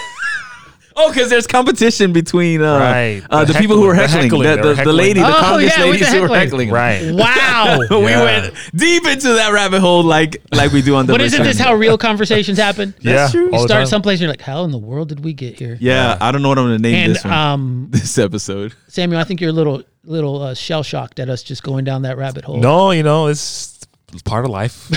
S1: because there's competition between uh,
S3: Right.
S1: uh, the,
S3: The
S1: people who were
S3: heckling- the
S1: heckling,
S3: heckling,
S1: the,
S3: they
S1: the,
S3: were
S1: the lady, the
S2: heckling. Oh,
S1: communist
S2: yeah, with
S1: ladies
S2: the
S1: who were
S2: heckling.
S1: heckling.
S3: Right.
S2: Wow.
S1: we
S3: Yeah.
S1: went deep into that rabbit hole, like like we do on the.
S2: but isn't
S1: Return.
S2: this how real conversations happen?
S1: That's
S3: yeah.
S1: true.
S3: all
S2: You
S3: the
S2: start
S3: time.
S2: someplace and you're like, how in the world did we get here?
S1: Yeah, I don't know what I'm gonna name
S2: And
S1: this one.
S2: um,
S1: this episode.
S2: Samuel, I think you're a little little uh, shell shocked at us just going down that rabbit hole.
S3: No, you know, it's part of life.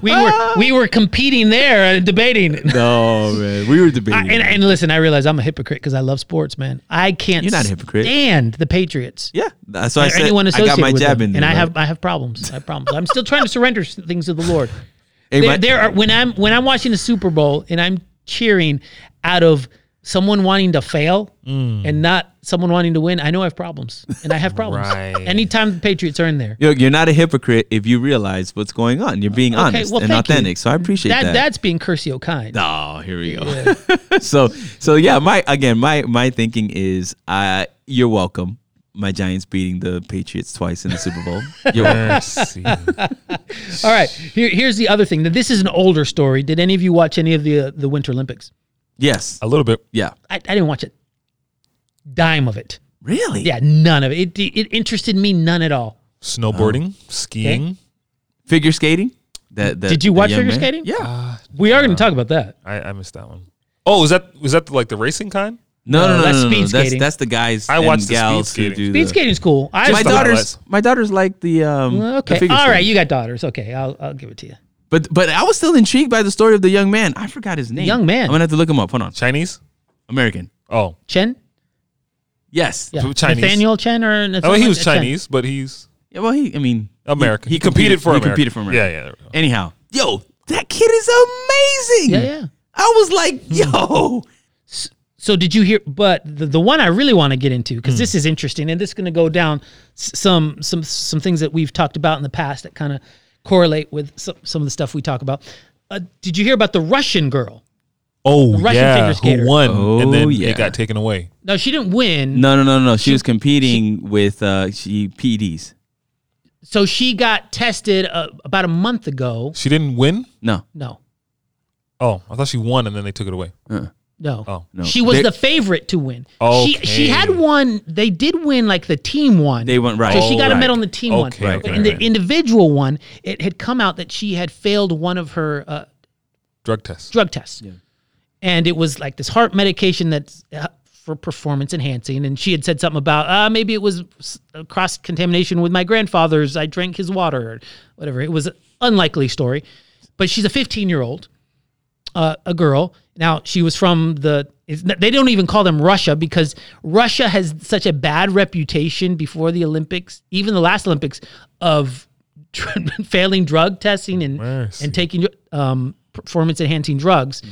S2: We were we were competing there and debating.
S1: No man, we were
S2: I-
S1: debating.
S2: and, and listen, I realize I'm a hypocrite because I love sports, man. I can't
S1: You're not a hypocrite.
S2: stand the Patriots.
S1: yeah, that's why I
S2: or
S1: said
S2: anyone
S1: I
S2: associated
S1: got my
S2: with
S1: jab
S2: them.
S1: in there.
S2: and I
S1: right?
S2: have I have problems. I have problems. I'm still trying to surrender s- things to the Lord.
S1: Hey,
S2: there,
S1: my-
S2: there are when I'm when I'm watching the Super Bowl and I'm cheering out of someone wanting to fail
S1: Mm.
S2: and not someone wanting to win. I know I have problems, and I have problems.
S3: Right.
S2: Anytime the Patriots are in there,
S1: You're, you're not a hypocrite if you realize what's going on. You're being honest
S2: well,
S1: and
S2: thank you.
S1: authentic. So I appreciate
S2: that,
S1: that.
S2: that's being cursio kind.
S1: Oh, here we go. so so yeah, my again, my my thinking is uh you're welcome. My Giants beating the Patriots twice in the Super Bowl. You're welcome.
S3: Mercy.
S2: All right, here, here's the other thing. Now, this is an older story. Did any of you watch any of the uh, the Winter Olympics?
S1: Yes.
S3: A little bit.
S1: Yeah.
S2: I, I didn't watch a dime of it.
S1: Really?
S2: Yeah, none of it. It, it interested me none at all.
S3: Snowboarding, skiing.
S1: Figure skating? That, that
S2: Did you
S1: that
S2: watch
S1: young
S2: figure
S1: man?
S2: skating? Uh,
S1: Yeah.
S2: We are going to talk about that.
S3: I, I missed that one. Oh, was that was that like the racing kind?
S1: No, no, no,
S2: that's
S1: no, no,
S2: speed
S1: no. That's
S2: skating.
S1: that's the guys
S3: I
S1: and
S3: watched the speed
S1: gals
S3: skating.
S1: who do
S2: Speed
S1: the-
S2: skating's cool. I
S1: My
S3: the
S1: daughters
S3: highlights.
S1: my daughters like the um the
S2: okay.
S1: figure
S2: All
S1: skating.
S2: right, you got daughters. Okay, I'll I'll give it to you.
S1: But but I was still intrigued by the story of the young man. I forgot his name.
S2: young man.
S1: I'm gonna have to look him up. Hold on.
S3: Chinese?
S1: American.
S3: Oh.
S2: Chen,
S1: Yes. Yeah.
S2: yeah,
S3: Chinese.
S2: Nathaniel Chen or Nathaniel
S3: Oh, he was
S2: Chen.
S3: Chinese, but he's
S1: well he I mean he-
S3: American. He, competed, for
S1: he
S3: America.
S1: competed for America.
S3: Yeah, yeah. there we go.
S1: Anyhow, yo, that kid is amazing.
S2: Yeah, yeah. Hmm.
S1: I was like, yo,
S2: So did you hear? But the, the one I really want to get into
S3: Hmm.
S2: because this is interesting and this is going to go down s- some some some things that we've talked about in the past that kind of correlate with some, some of the stuff we talk about. Uh, did you hear about the Russian girl?
S3: Oh,
S2: Russian
S3: yeah.
S2: figure skater.
S3: Who won?
S1: Oh,
S3: and then
S1: yeah.
S3: it got taken away.
S2: No, she didn't win.
S1: no, no, no, no. She was competing with uh, she PDs.
S2: So she got tested uh, about a month ago.
S3: She didn't win?
S1: No,
S2: No,
S3: Oh, I thought she won and then they took it away.
S2: no.
S3: Oh.
S1: No.
S2: She was
S1: They-
S2: the favorite to win. She she
S3: Okay.
S2: had won. They did win like the team one.
S1: they went right.
S2: So she got a
S1: Right.
S2: medal in the team one.
S3: Okay,
S1: Right,
S2: but
S1: okay,
S2: in
S3: right.
S2: the individual one, it had come out that she had failed one of her uh,
S3: Drug test.
S2: drug tests. And it was like this heart medication that's uh, for performance enhancing. And she had said something about uh, maybe it was cross contamination with my grandfather's. I drank his water or whatever. It was an unlikely story. But she's a 15 year old, uh, a girl. Now, she was from the, it's, not- they don't even call them Russia because Russia has such a bad reputation before the Olympics, even the last Olympics, of failing drug testing and,
S3: Mercy.
S2: and taking um, performance enhancing drugs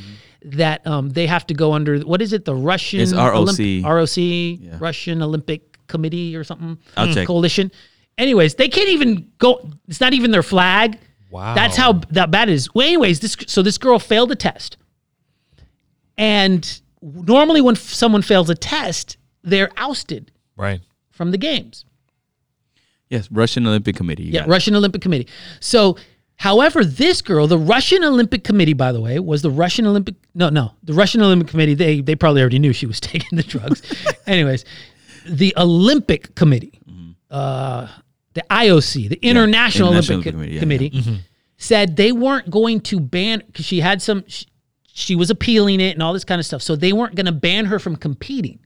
S2: that um, they have to go under what is it the Russian
S1: It's ROC.
S2: Olymp- ROC Russian Olympic Committee or something Hmm.
S1: I'll check.
S2: coalition anyways they can't even go it's not even their flag
S3: Wow.
S2: that's how b- that bad it is well anyways this so this girl failed a test and normally when f- someone fails a test they're ousted
S3: Right.
S2: from the games
S1: Yes, Russian Olympic Committee. You
S2: yeah,
S1: got it.
S2: Russian Olympic Committee. So, however, this girl, the Russian Olympic Committee, by the way, was the Russian Olympic. No, no, the Russian Olympic Committee. They they probably already knew she was taking the drugs. Anyways, the Olympic Committee, uh, the IOC, the
S1: International
S2: International, Olympic,
S1: Olympic Committee,
S2: Committee, said they weren't going to ban because she had some. She, she was appealing it and all this kind of stuff. So they weren't going to ban her from competing,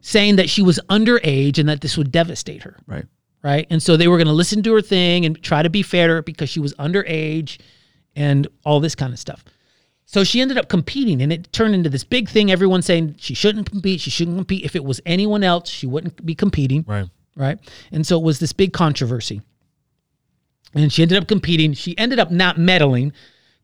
S2: saying that she was underage and that this would devastate her
S1: Right.
S2: right? And so they were going to listen to her thing and try to be fair to her because she was underage and all this kind of stuff. So she ended up competing, and it turned into this big thing. Everyone saying she shouldn't compete. She shouldn't compete. If it was anyone else, she wouldn't be competing
S3: Right.
S2: right? And so it was this big controversy. And she ended up competing. She ended up not medaling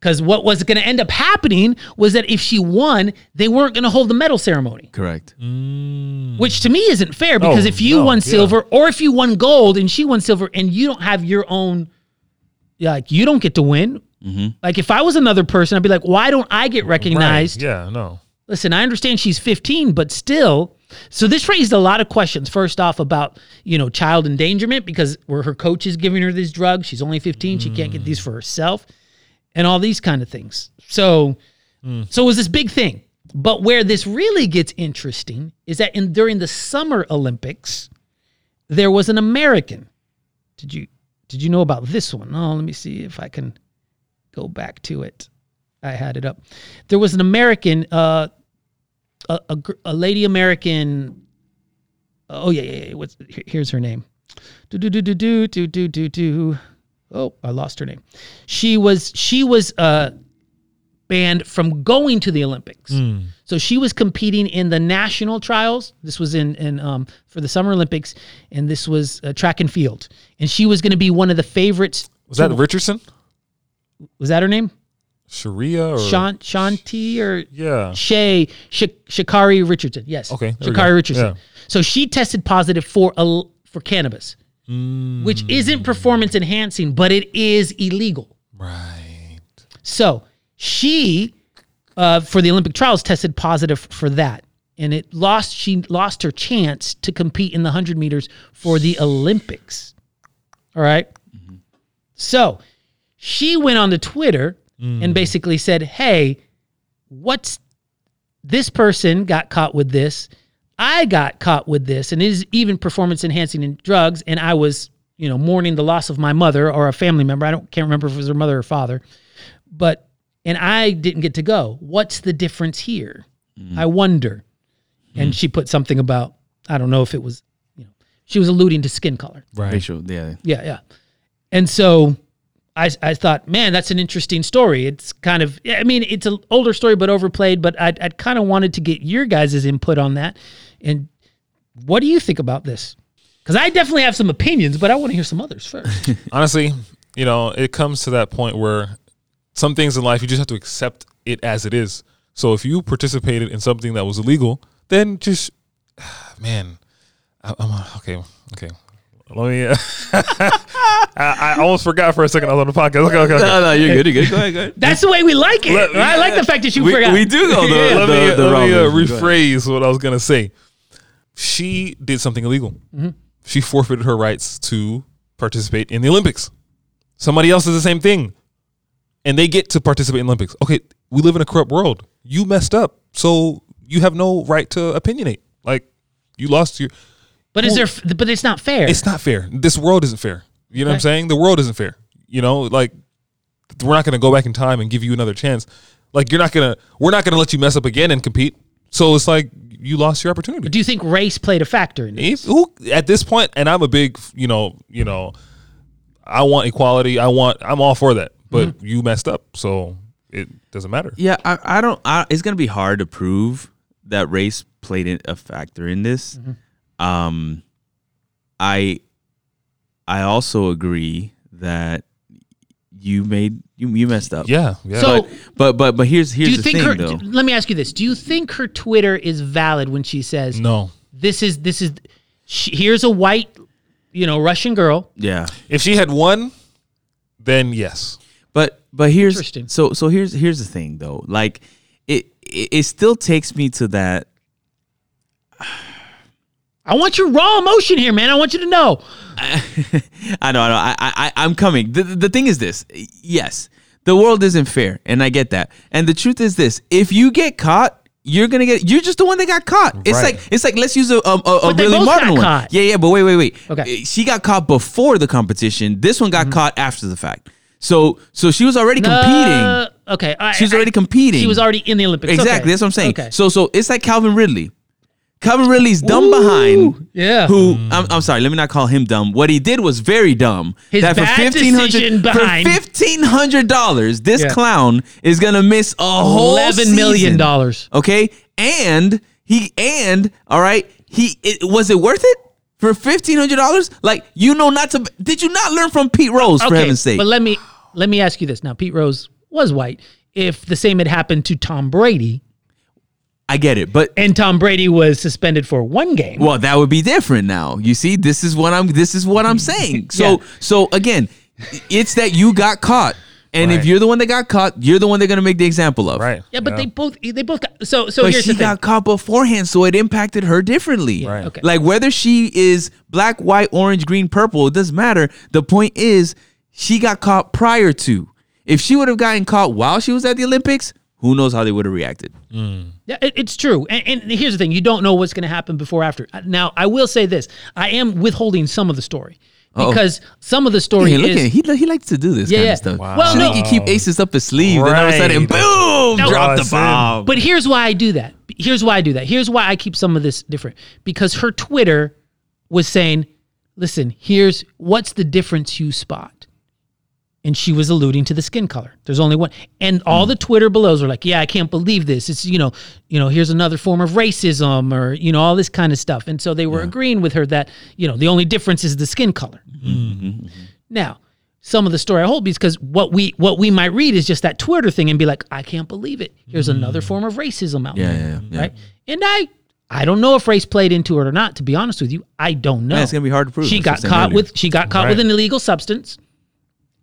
S2: because what was going to end up happening was that if she won, they weren't going to hold the medal ceremony,
S1: Correct.
S2: which to me isn't fair because
S3: Mm. Oh,
S2: if you
S3: no,
S2: won
S3: yeah.
S2: silver or if you won gold and she won silver and you don't have your own, like, you don't get to win. Like, if I was another person, I'd be like, why don't I get recognized?
S3: Mm-hmm. Right. Yeah. No.
S2: listen, I understand she's 15, but still. So this raised a lot of questions. First off, about you know child endangerment because where her coach is giving her this drug, she's only 15, she can't get these for herself, and all these kind of things. So, so it was this big thing. But where this really gets interesting is that in during the Summer Olympics, there was an American. Did you did you know about this one? Oh, let me see if I can go back to it. I had it up. There was an American, uh, a, a, gr- a lady American. Oh yeah, yeah, yeah. What's here- here's her name? Do do do do do do do do do. Oh, I lost her name. She was she was uh, banned from going to the Olympics. So she was competing in the national trials. This was in in um, for the Summer Olympics, and this was uh, track and field. And she was going to be one of the favorites.
S3: Was that Richardson?
S2: Was that her name?
S3: Sharia or
S2: Shan Shanti or
S3: Yeah.
S2: Shay Sh- Shakari Richardson. Yes.
S3: Okay, there we go.
S2: Shakari Richardson.
S3: Yeah.
S2: So she tested positive for al- for cannabis,
S3: Hmm.
S2: which isn't performance enhancing, but it is illegal.
S3: Right.
S2: So she, uh, for the Olympic trials, tested positive for that, and it lost. She lost her chance to compete in the hundred meters for the Olympics. All right? So she went on to Twitter and basically said, "Hey, what's this person got caught with this? I got caught with this, and it is even performance enhancing in drugs, and I was." You know, mourning the loss of my mother or a family member. I don't can't remember if it was her mother or father but and I didn't get to go. What's the difference here?
S1: Mm.
S2: I wonder. And she put something about I don't know if it was, you know, she was alluding to skin color.
S3: Right.
S1: Racial. Yeah.
S2: Yeah, yeah. And so I, I thought, man, that's an interesting story. It's kind of, I mean, it's an older story, but overplayed. But I, I kind of wanted to get your guys' input on that. And what do you think about this? Because I definitely have some opinions, but I want to hear some others first.
S3: Honestly, you know, it comes to that point where some things in life you just have to accept it as it is. So if you participated in something that was illegal, then just man, I, I'm uh, okay. Okay. Let me. Uh, I, I almost forgot for a second I was on the podcast. Okay, okay, okay.
S1: No, no, you're good. You're good. Go ahead. Go ahead.
S2: That's the way we like it.
S3: Let-
S2: I like the fact that you
S1: we,
S2: forgot.
S1: we do go the,
S3: let me,
S1: the, the,
S3: let
S1: wrong
S3: me uh,
S1: way. Go ahead.
S3: rephrase what I was gonna say. She did something illegal.
S1: Mm-hmm.
S3: She forfeited her rights to participate in the Olympics. Somebody else does the same thing, and they get to participate in Olympics. Okay, we live in a corrupt world. You messed up, so you have no right to opinionate. Like you lost your.
S2: But is there? But it's not fair.
S3: It's not fair. This world isn't fair. You know what I'm
S2: Right.
S3: saying? The world isn't fair. You know, like we're not going to go back in time and give you another chance. Like you're not going to we're not going to let you mess up again and compete. So it's like you lost your opportunity.
S2: Do you think race played a factor in it?
S3: If- who at this point and I'm a big, you know, you know, I want equality. I want I'm all for that. But
S2: Mm-hmm.
S3: you messed up. So it doesn't matter.
S1: Yeah, I, I don't. I, it's gonna be hard to prove that race played in- a factor in this.
S2: Mm-hmm.
S1: Um, I, I also agree that you made you you messed up.
S3: Yeah. Yeah.
S2: So-
S1: but but but, but here's here's
S2: Do you
S1: the
S2: think
S1: thing
S2: her?
S1: though.
S2: Let me ask you this: Do you think her Twitter is valid when she says
S3: no.
S2: this is this is she, here's a white, you know, Russian girl?
S1: yeah,
S3: If she had won, then yes.
S1: But but here's
S2: Interesting.
S1: so so here's here's the thing though. Like it it, it still takes me to that.
S2: I want your raw emotion here, man. I want you to know.
S1: I know I know I I I- I'm coming. The, the thing is this. Yes, the world isn't fair, and I get that. And the truth is this: if you get caught. You're gonna get. You're just the one that got caught. It's
S3: Right.
S1: like it's like let's use a a, a, a
S2: they
S1: really
S2: both
S1: modern
S2: got
S1: one.
S2: caught.
S1: Yeah, yeah. But wait, wait, wait.
S2: Okay. Mm-hmm.
S1: Uh, She got caught before the competition. This one got caught after the fact. So so she was already
S2: Uh,
S1: competing.
S2: okay, I-
S1: She was
S2: I-
S1: already competing.
S2: She was already in the Olympics.
S1: Exactly.
S2: Okay.
S1: That's what I'm saying.
S2: Okay.
S1: So so it's like Calvin Ridley. Kevin Ridley's dumb behind.
S2: yeah.
S1: Who I'm, I'm sorry, let me not call him dumb. What he did was very dumb.
S2: His bad decision
S1: for
S2: behind-
S1: fifteen hundred dollars, this
S2: Yeah.
S1: clown is gonna miss a whole
S2: Eleven million
S1: season.
S2: dollars.
S1: Okay, and he and all right, he it, was it worth it for fifteen hundred dollars? Like you know not to. Did you not learn from Pete Rose for heaven's sake?
S2: But let me let me ask you this now. Pete Rose was white. If the same had happened to Tom Brady,
S1: I get it, but
S2: and Tom Brady was suspended for one game,
S1: Well, that would be different now. You see, this is what I'm this is what I'm saying. So
S2: Yeah.
S1: so again, it's that you got caught. And if
S3: Right.
S1: you're the one that got caught, you're the one they're gonna make the example of.
S3: Right.
S2: yeah, but they both they both got, so so
S1: But
S2: here's
S1: she
S2: the thing.
S1: got caught beforehand, so it impacted her differently.
S3: Right. okay.
S1: Like whether she is black, white, orange, green, purple, it doesn't matter. The point is she got caught prior to. If she would have gotten caught while she was at the Olympics, who knows how they would have reacted.
S2: Yeah, it, it's true. And, and here's the thing: you don't know what's going to happen before or after. Uh, Now, I will say this: I am withholding some of the story because some of the story
S1: Hey, look
S2: is
S1: at he li- he likes to do this
S2: Yeah,
S1: kind
S2: yeah.
S1: of stuff.
S2: Wow.
S1: Wow.
S2: Well,
S1: She
S2: no-
S1: think he keep aces up his sleeve, and all of a sudden,
S3: Right.
S1: boom,
S2: No.
S1: drop the
S3: Draws in.
S1: bomb.
S2: But here's why I do that. Here's why I do that. Here's why I keep some of this different because her Twitter was saying, "Listen, here's what's the difference you spot." And she was alluding to the skin color. There's only one. And all the Twitter belows are like, "Yeah, I can't believe this. It's, you know, you know, here's another form of racism or, you know, all this kind of stuff." And so they were agreeing with her that, you know, the only difference is the skin color.
S1: Mm-hmm.
S2: Now, some of the story I hold because what we what we might read is just that Twitter thing and be like, I can't believe it. Here's another form of racism out
S1: Mm-hmm. yeah,
S2: there,
S1: yeah, yeah.
S2: right? And I I don't know if race played into it or not. To be honest with you, I don't know.
S1: Yeah, it's gonna be hard to prove,
S2: She
S1: that's
S2: got
S1: what I said
S2: caught
S1: earlier.
S2: with she got caught with
S3: Right.
S2: an illegal substance,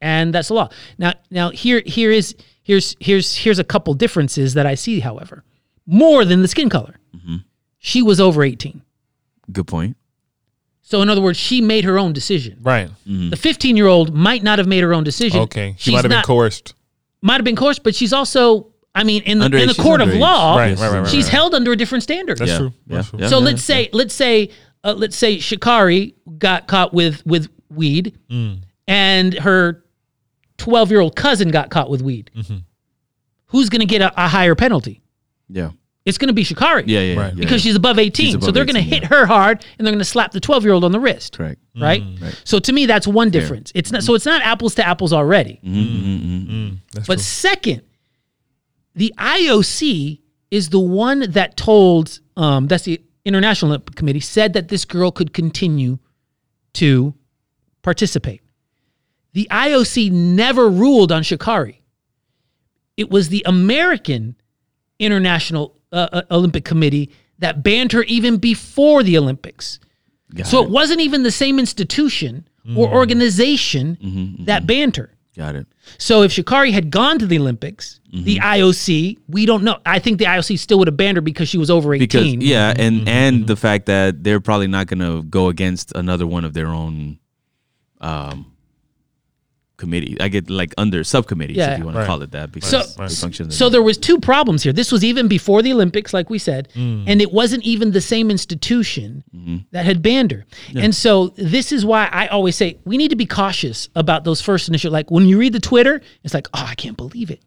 S2: and that's the law. Now now here here is here's here's here's a couple differences that I see. However, more than the skin color,
S3: Mm-hmm.
S2: she was over eighteen.
S1: Good point.
S2: So in other words, she made her own decision.
S3: Right.
S2: The 15 year old might not have made her own decision.
S3: Mm. Okay. She
S2: She's
S3: might have been
S2: not-
S3: coerced.
S2: Might have been coerced, but she's also, I mean, in the,
S1: Underage,
S2: in the
S1: she's
S2: court of
S1: underage.
S2: law,
S3: Right, right, right, right,
S2: she's
S3: right.
S2: held under a different standard.
S3: That's
S1: Yeah,
S3: true.
S1: yeah,
S3: That's true.
S1: yeah.
S2: so let's say, let's say, uh, let's say Shikari got caught with with weed,
S1: Mm.
S2: and her 12 year old cousin got caught with weed.
S1: Mm-hmm.
S2: Who's going to get a, a higher penalty?
S1: Yeah,
S2: It's going to be Shikari.
S1: yeah, yeah.
S3: Right.
S1: yeah,
S2: Because
S1: yeah.
S2: she's above 18.
S1: She's
S2: so
S1: above
S2: they're going to
S1: 18,
S2: hit her hard and they're going to slap the 12 year old on the wrist
S1: correct.
S2: right? So to me, that's one difference. It's not
S1: Mm.
S2: so it's not apples to apples already.
S1: Mm-hmm,
S3: That's
S2: But second, the IOC is the one that told um, that's the International Olympic Committee said that this girl could continue to participate. The IOC never ruled on Shikari. It was the American International uh, uh, Olympic Committee that banned her even before the Olympics.
S1: Got
S2: So
S1: it. Mm-hmm.
S2: it wasn't even the same institution or organization that banned her.
S1: Got it.
S2: So if Shikari had gone to the Olympics,
S1: Mm-hmm.
S2: the IOC, we don't know. I think the IOC still would have banned her because she was over 18.
S1: Because
S2: Mm-hmm.
S1: yeah, and and the fact that they're probably not gonna go against another one of their own, um, committee. I get like under subcommittees
S2: Yeah.
S1: if you want to
S3: Right.
S1: call it that. Because
S2: So-
S1: they function
S2: So there was two problems here. This was even before the Olympics, like we said,
S1: Mm.
S2: and it wasn't even the same institution
S1: Mm-hmm.
S2: that had banned her. And so this is why I always say we need to be cautious about those first initial. Like when you read the Twitter, it's like, oh, I can't believe it.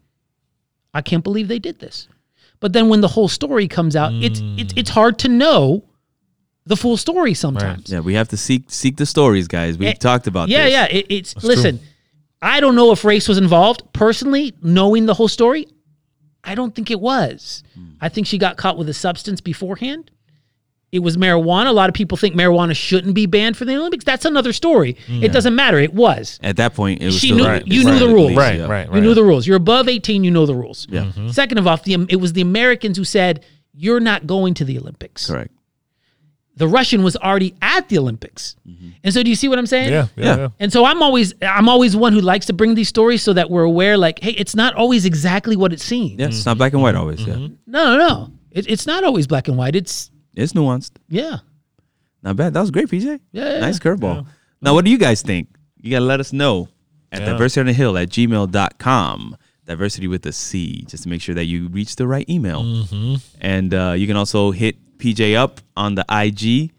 S2: I can't believe they did this. But then when the whole story comes out, it's it's
S1: Mm.
S2: it's hard to know the full story sometimes.
S1: yeah, we have to seek seek the stories, guys. We've
S2: Eh,
S1: talked about
S2: Yeah,
S1: this.
S2: yeah. It, it's listen. I don't know if race was involved. Personally, knowing the whole story, I don't think it was.
S1: Hmm.
S2: I think she got caught with a substance beforehand. It was marijuana. A lot of people think marijuana shouldn't be banned for the Olympics. That's another story. It doesn't matter. It was.
S1: At that point, it was
S2: She
S1: still
S2: knew-
S1: right.
S2: you knew
S1: Right.
S2: the rules.
S3: Right,
S1: Yeah.
S3: right, right.
S2: You know the rules. You're above 18. You know the rules.
S1: Yeah.
S2: Second of all, the, it was the Americans who said you're not going to the Olympics
S1: Correct.
S2: the Russian was already at the Olympics.
S1: Mm-hmm.
S2: And so do you see what I'm saying?
S3: Yeah, yeah,
S1: Yeah.
S3: yeah.
S2: And so I'm always I'm always one who likes to bring these stories so that we're aware like hey it's not always exactly what it seems.
S1: Yeah, it's not black and white always.
S3: Mm-hmm.
S1: Yeah,
S2: No, no, no. It, it's not always black and white. It's
S1: it's nuanced.
S2: yeah.
S1: Not bad. That was great, PJ.
S2: Yeah, yeah,
S1: Nice curveball. Now, what do you guys think? You got to let us know at diversity on the hill at gmail.com. Diversity with a C, just to make sure that you reach the right email.
S2: Mm-hmm.
S1: And uh, you can also hit PJ up on the IG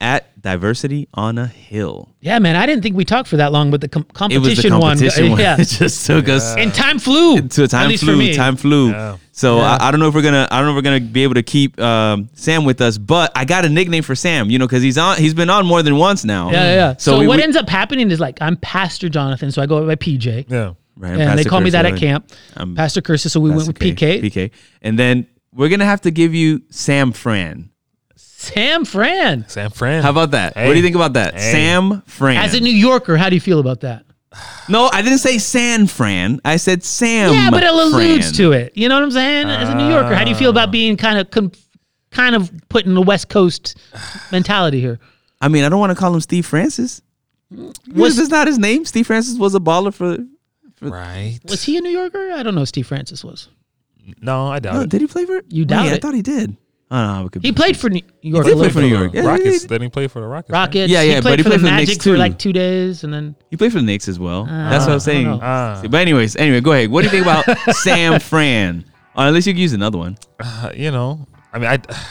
S1: at diversity on a hill.
S2: Yeah, man, I didn't think we talked for that long but the com- competition, uh,
S1: It was the competition one.
S2: Yeah.
S1: it just took us
S2: and time flew.
S1: to a
S2: At
S1: time
S2: least for
S1: flew.
S2: me.
S1: Time flew. So I, I don't know if we're gonna I don't know if we're gonna be able to keep um, Sam with us, but I got a nickname for Sam, you know, because he's on he's been on more than once now.
S2: Yeah, yeah.
S1: So
S2: So,
S1: we-
S2: what
S1: we-
S2: ends up happening is like I'm Pastor Jonathan, so I go by PJ.
S3: Yeah.
S1: Right,
S2: And they
S1: Pastor
S2: call me
S1: Curtis,
S2: that
S1: right.
S2: at camp.
S1: I'm-
S2: Pastor Curses, so we went with
S1: That's okay.
S2: PK.
S1: PK. And then we're gonna have to give you Sam Fran.
S2: Sam Fran.
S3: Sam Fran.
S1: How about that? What do
S3: Hey.
S1: you think about that?
S3: Hey.
S1: Sam Fran.
S2: As a New Yorker, how do you feel about that?
S1: no, I didn't say San Fran. I said Sam.
S2: yeah, but it alludes
S1: Fran.
S2: to it. You know what I'm saying? As a New Yorker, how do you feel
S1: Oh.
S2: about being kind of con- kind of put in the West Coast mentality here?
S1: I mean, I don't want to call him Steve Francis. Was
S2: Was-
S1: this not his name? Steve Francis was a baller for.
S3: Right.
S2: Was he a New Yorker? I don't know. if Steve Francis was.
S3: No, I doubt
S1: No,
S3: it.
S1: did he play for?
S2: Oh, You
S1: Wait,
S2: doubt
S1: I
S2: it.
S1: thought he did. I don't know.
S2: He played for New York.
S1: did
S2: a little
S1: play for
S2: bit.
S1: New York. Yeah,
S3: Rockets.
S1: yeah, yeah.
S3: Then he played for the Rockets. right?
S2: Rockets.
S1: Yeah, yeah,
S2: He
S1: but
S2: played
S1: he
S2: for
S1: played
S2: the
S1: for the Knicks
S2: Magic for
S1: too.
S2: like two days, and then
S1: He played for the Knicks as well. That's what I'm saying.
S2: Uh, know.
S3: Ah.
S1: See, but anyways, anyway, go ahead. What do you think about Sam Fran? Or at least you can use another one.
S3: Uh, you know, I mean, I.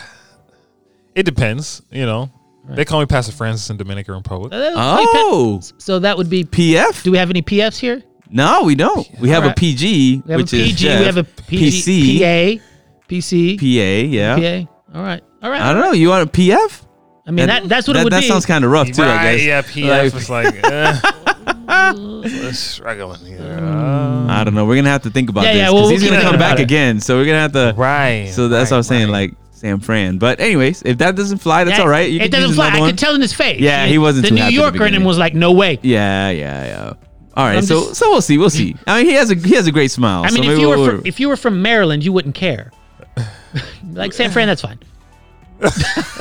S3: It depends. You know, they call me Pastor Francis in Dominican Republic.
S1: Oh.
S2: uh, so that would be.
S1: PF?
S2: Do we have any PFs here?
S1: No, we don't. We have a
S2: Alright.
S1: PG,
S2: We have
S1: which
S2: a
S1: is
S2: PG.
S1: Jeff.
S2: we have a PG,
S1: PC,
S2: PA, PC,
S1: PA, yeah.
S2: PA. All right, all right.
S1: I don't know. You want a PF?
S2: I mean, that, that's what
S1: that,
S2: it would
S1: that
S2: be.
S1: sounds kind of rough too. I
S3: Right,
S1: guess.
S3: yeah, PF
S1: Like,
S3: is like, uh, let's struggle in here. Uh,
S1: I don't know. We're gonna have to think about
S2: Yeah,
S1: this
S2: yeah,
S1: because
S2: we'll-
S1: he's
S2: we'll
S1: gonna
S2: keep
S1: come
S2: thinking
S1: back
S2: about it.
S1: again. So we're gonna have to.
S3: right.
S1: So that's what
S3: right,
S1: I'm saying,
S3: right.
S1: like Sam Fran. But anyways, if that doesn't fly, that's
S2: Yeah,
S1: all right. You
S2: it
S1: can
S2: doesn't
S1: use
S2: fly.
S1: another
S2: I
S1: one.
S2: could tell in his face.
S1: Yeah, he wasn't
S2: The
S1: too
S2: New
S1: happy at the
S2: Yorker in him
S1: beginning.
S2: was like, "No way."
S1: Yeah, yeah, yeah. All right,
S2: I'm
S1: so
S2: just-
S1: so we'll see, we'll see. I mean, he has a he has a great smile.
S2: I
S1: so
S2: mean, if
S1: maybe
S2: you were
S1: we'll-
S2: from, if you were from Maryland, you wouldn't care. like San Fran, that's fine.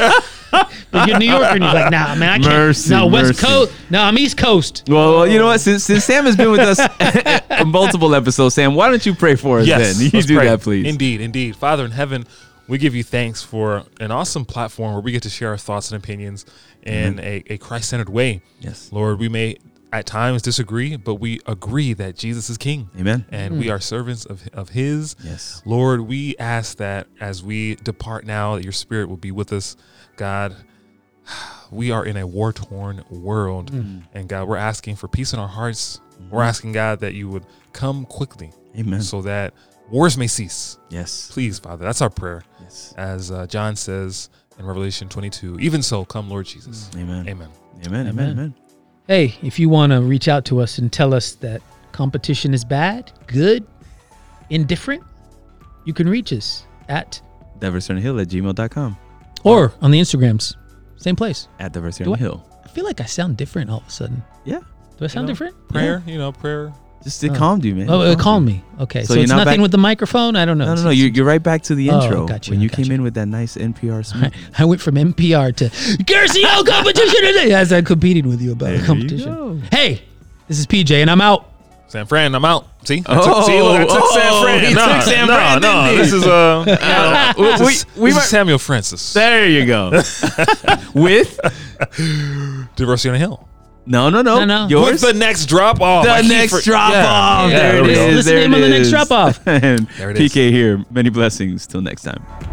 S2: but you're New Yorker, and you're like, "Nah, man, I can't."
S1: Mercy,
S2: no, West
S1: mercy.
S2: Coast. No, I'm East Coast.
S1: well, well, you know what? Since, since Sam has been with us on multiple episodes, Sam, why don't you pray for us
S3: Yes,
S1: then? You
S3: let's
S1: do
S3: pray.
S1: that, please.
S3: Indeed, indeed. Father in heaven, we give you thanks for an awesome platform where we get to share our thoughts and opinions in a, a Christ centered way.
S1: Yes.
S3: Lord, we may at times disagree, but we agree that Jesus is King.
S1: Amen.
S3: And we are servants of, of His.
S1: Yes.
S3: Lord, we ask that as we depart now, that your spirit will be with us. God, we are in a war torn world.
S1: Mm-hmm.
S3: And God, we're asking for peace in our hearts. We're asking, God, that you would come quickly
S1: Amen.
S3: so that wars may cease.
S1: Yes.
S3: Please, Father, that's our prayer.
S1: Yes.
S3: As uh, John says in Revelation 22, even so, come, Lord Jesus.
S1: Mm-hmm. Amen.
S3: Amen.
S1: Amen. Amen. Amen.
S2: Hey, if you want to reach out to us and tell us that competition is bad, good, indifferent, you can reach us at
S1: DiversityOnHill at gmail.com.
S2: or on the Instagrams, same place.
S1: At Diversity
S2: Do
S1: on
S2: I-
S1: the Hill.
S2: I feel like I sound different all of a sudden.
S1: Yeah.
S2: Do I sound different?
S3: Prayer, you know, prayer.
S1: Just it calmed you, man.
S2: Oh,
S1: It
S2: uh, calm
S1: calmed
S2: me. Okay,
S1: So
S2: so,
S1: you're
S2: it's
S1: not
S2: nothing
S1: back-
S2: with the microphone. I don't know.
S1: you. No, no, no. You're, you're right back to the
S2: Oh,
S1: intro.
S2: gotcha,
S1: when you
S2: gotcha.
S1: came in with that nice NPR smooth.
S2: I went from NPR to Garcio competition today as I'm competing with you about
S1: There you
S2: competition.
S1: go.
S2: Hey, this is PJ and I'm out.
S3: San Fran, I'm out. See? I
S1: Oh,
S3: took, see, look, I took
S1: oh,
S3: San Fran.
S1: he
S3: no,
S1: took San
S3: no,
S1: Fran,
S3: no.
S1: didn't he?
S3: This is, uh, you know,
S1: We- we-
S3: this,
S1: we
S3: this
S1: might-
S3: is Samuel Francis.
S1: There you go. With
S3: Diversity on a Hill.
S1: no, no, no,
S2: No, no.
S1: yours.
S3: With the next drop off.
S1: The next drop off.
S2: Yeah,
S1: there
S2: there
S1: it
S2: we go.
S1: is.
S2: Listen
S1: there
S2: in on the next drop off.
S1: and
S3: There it is.
S1: PK here. Many blessings. Till next time.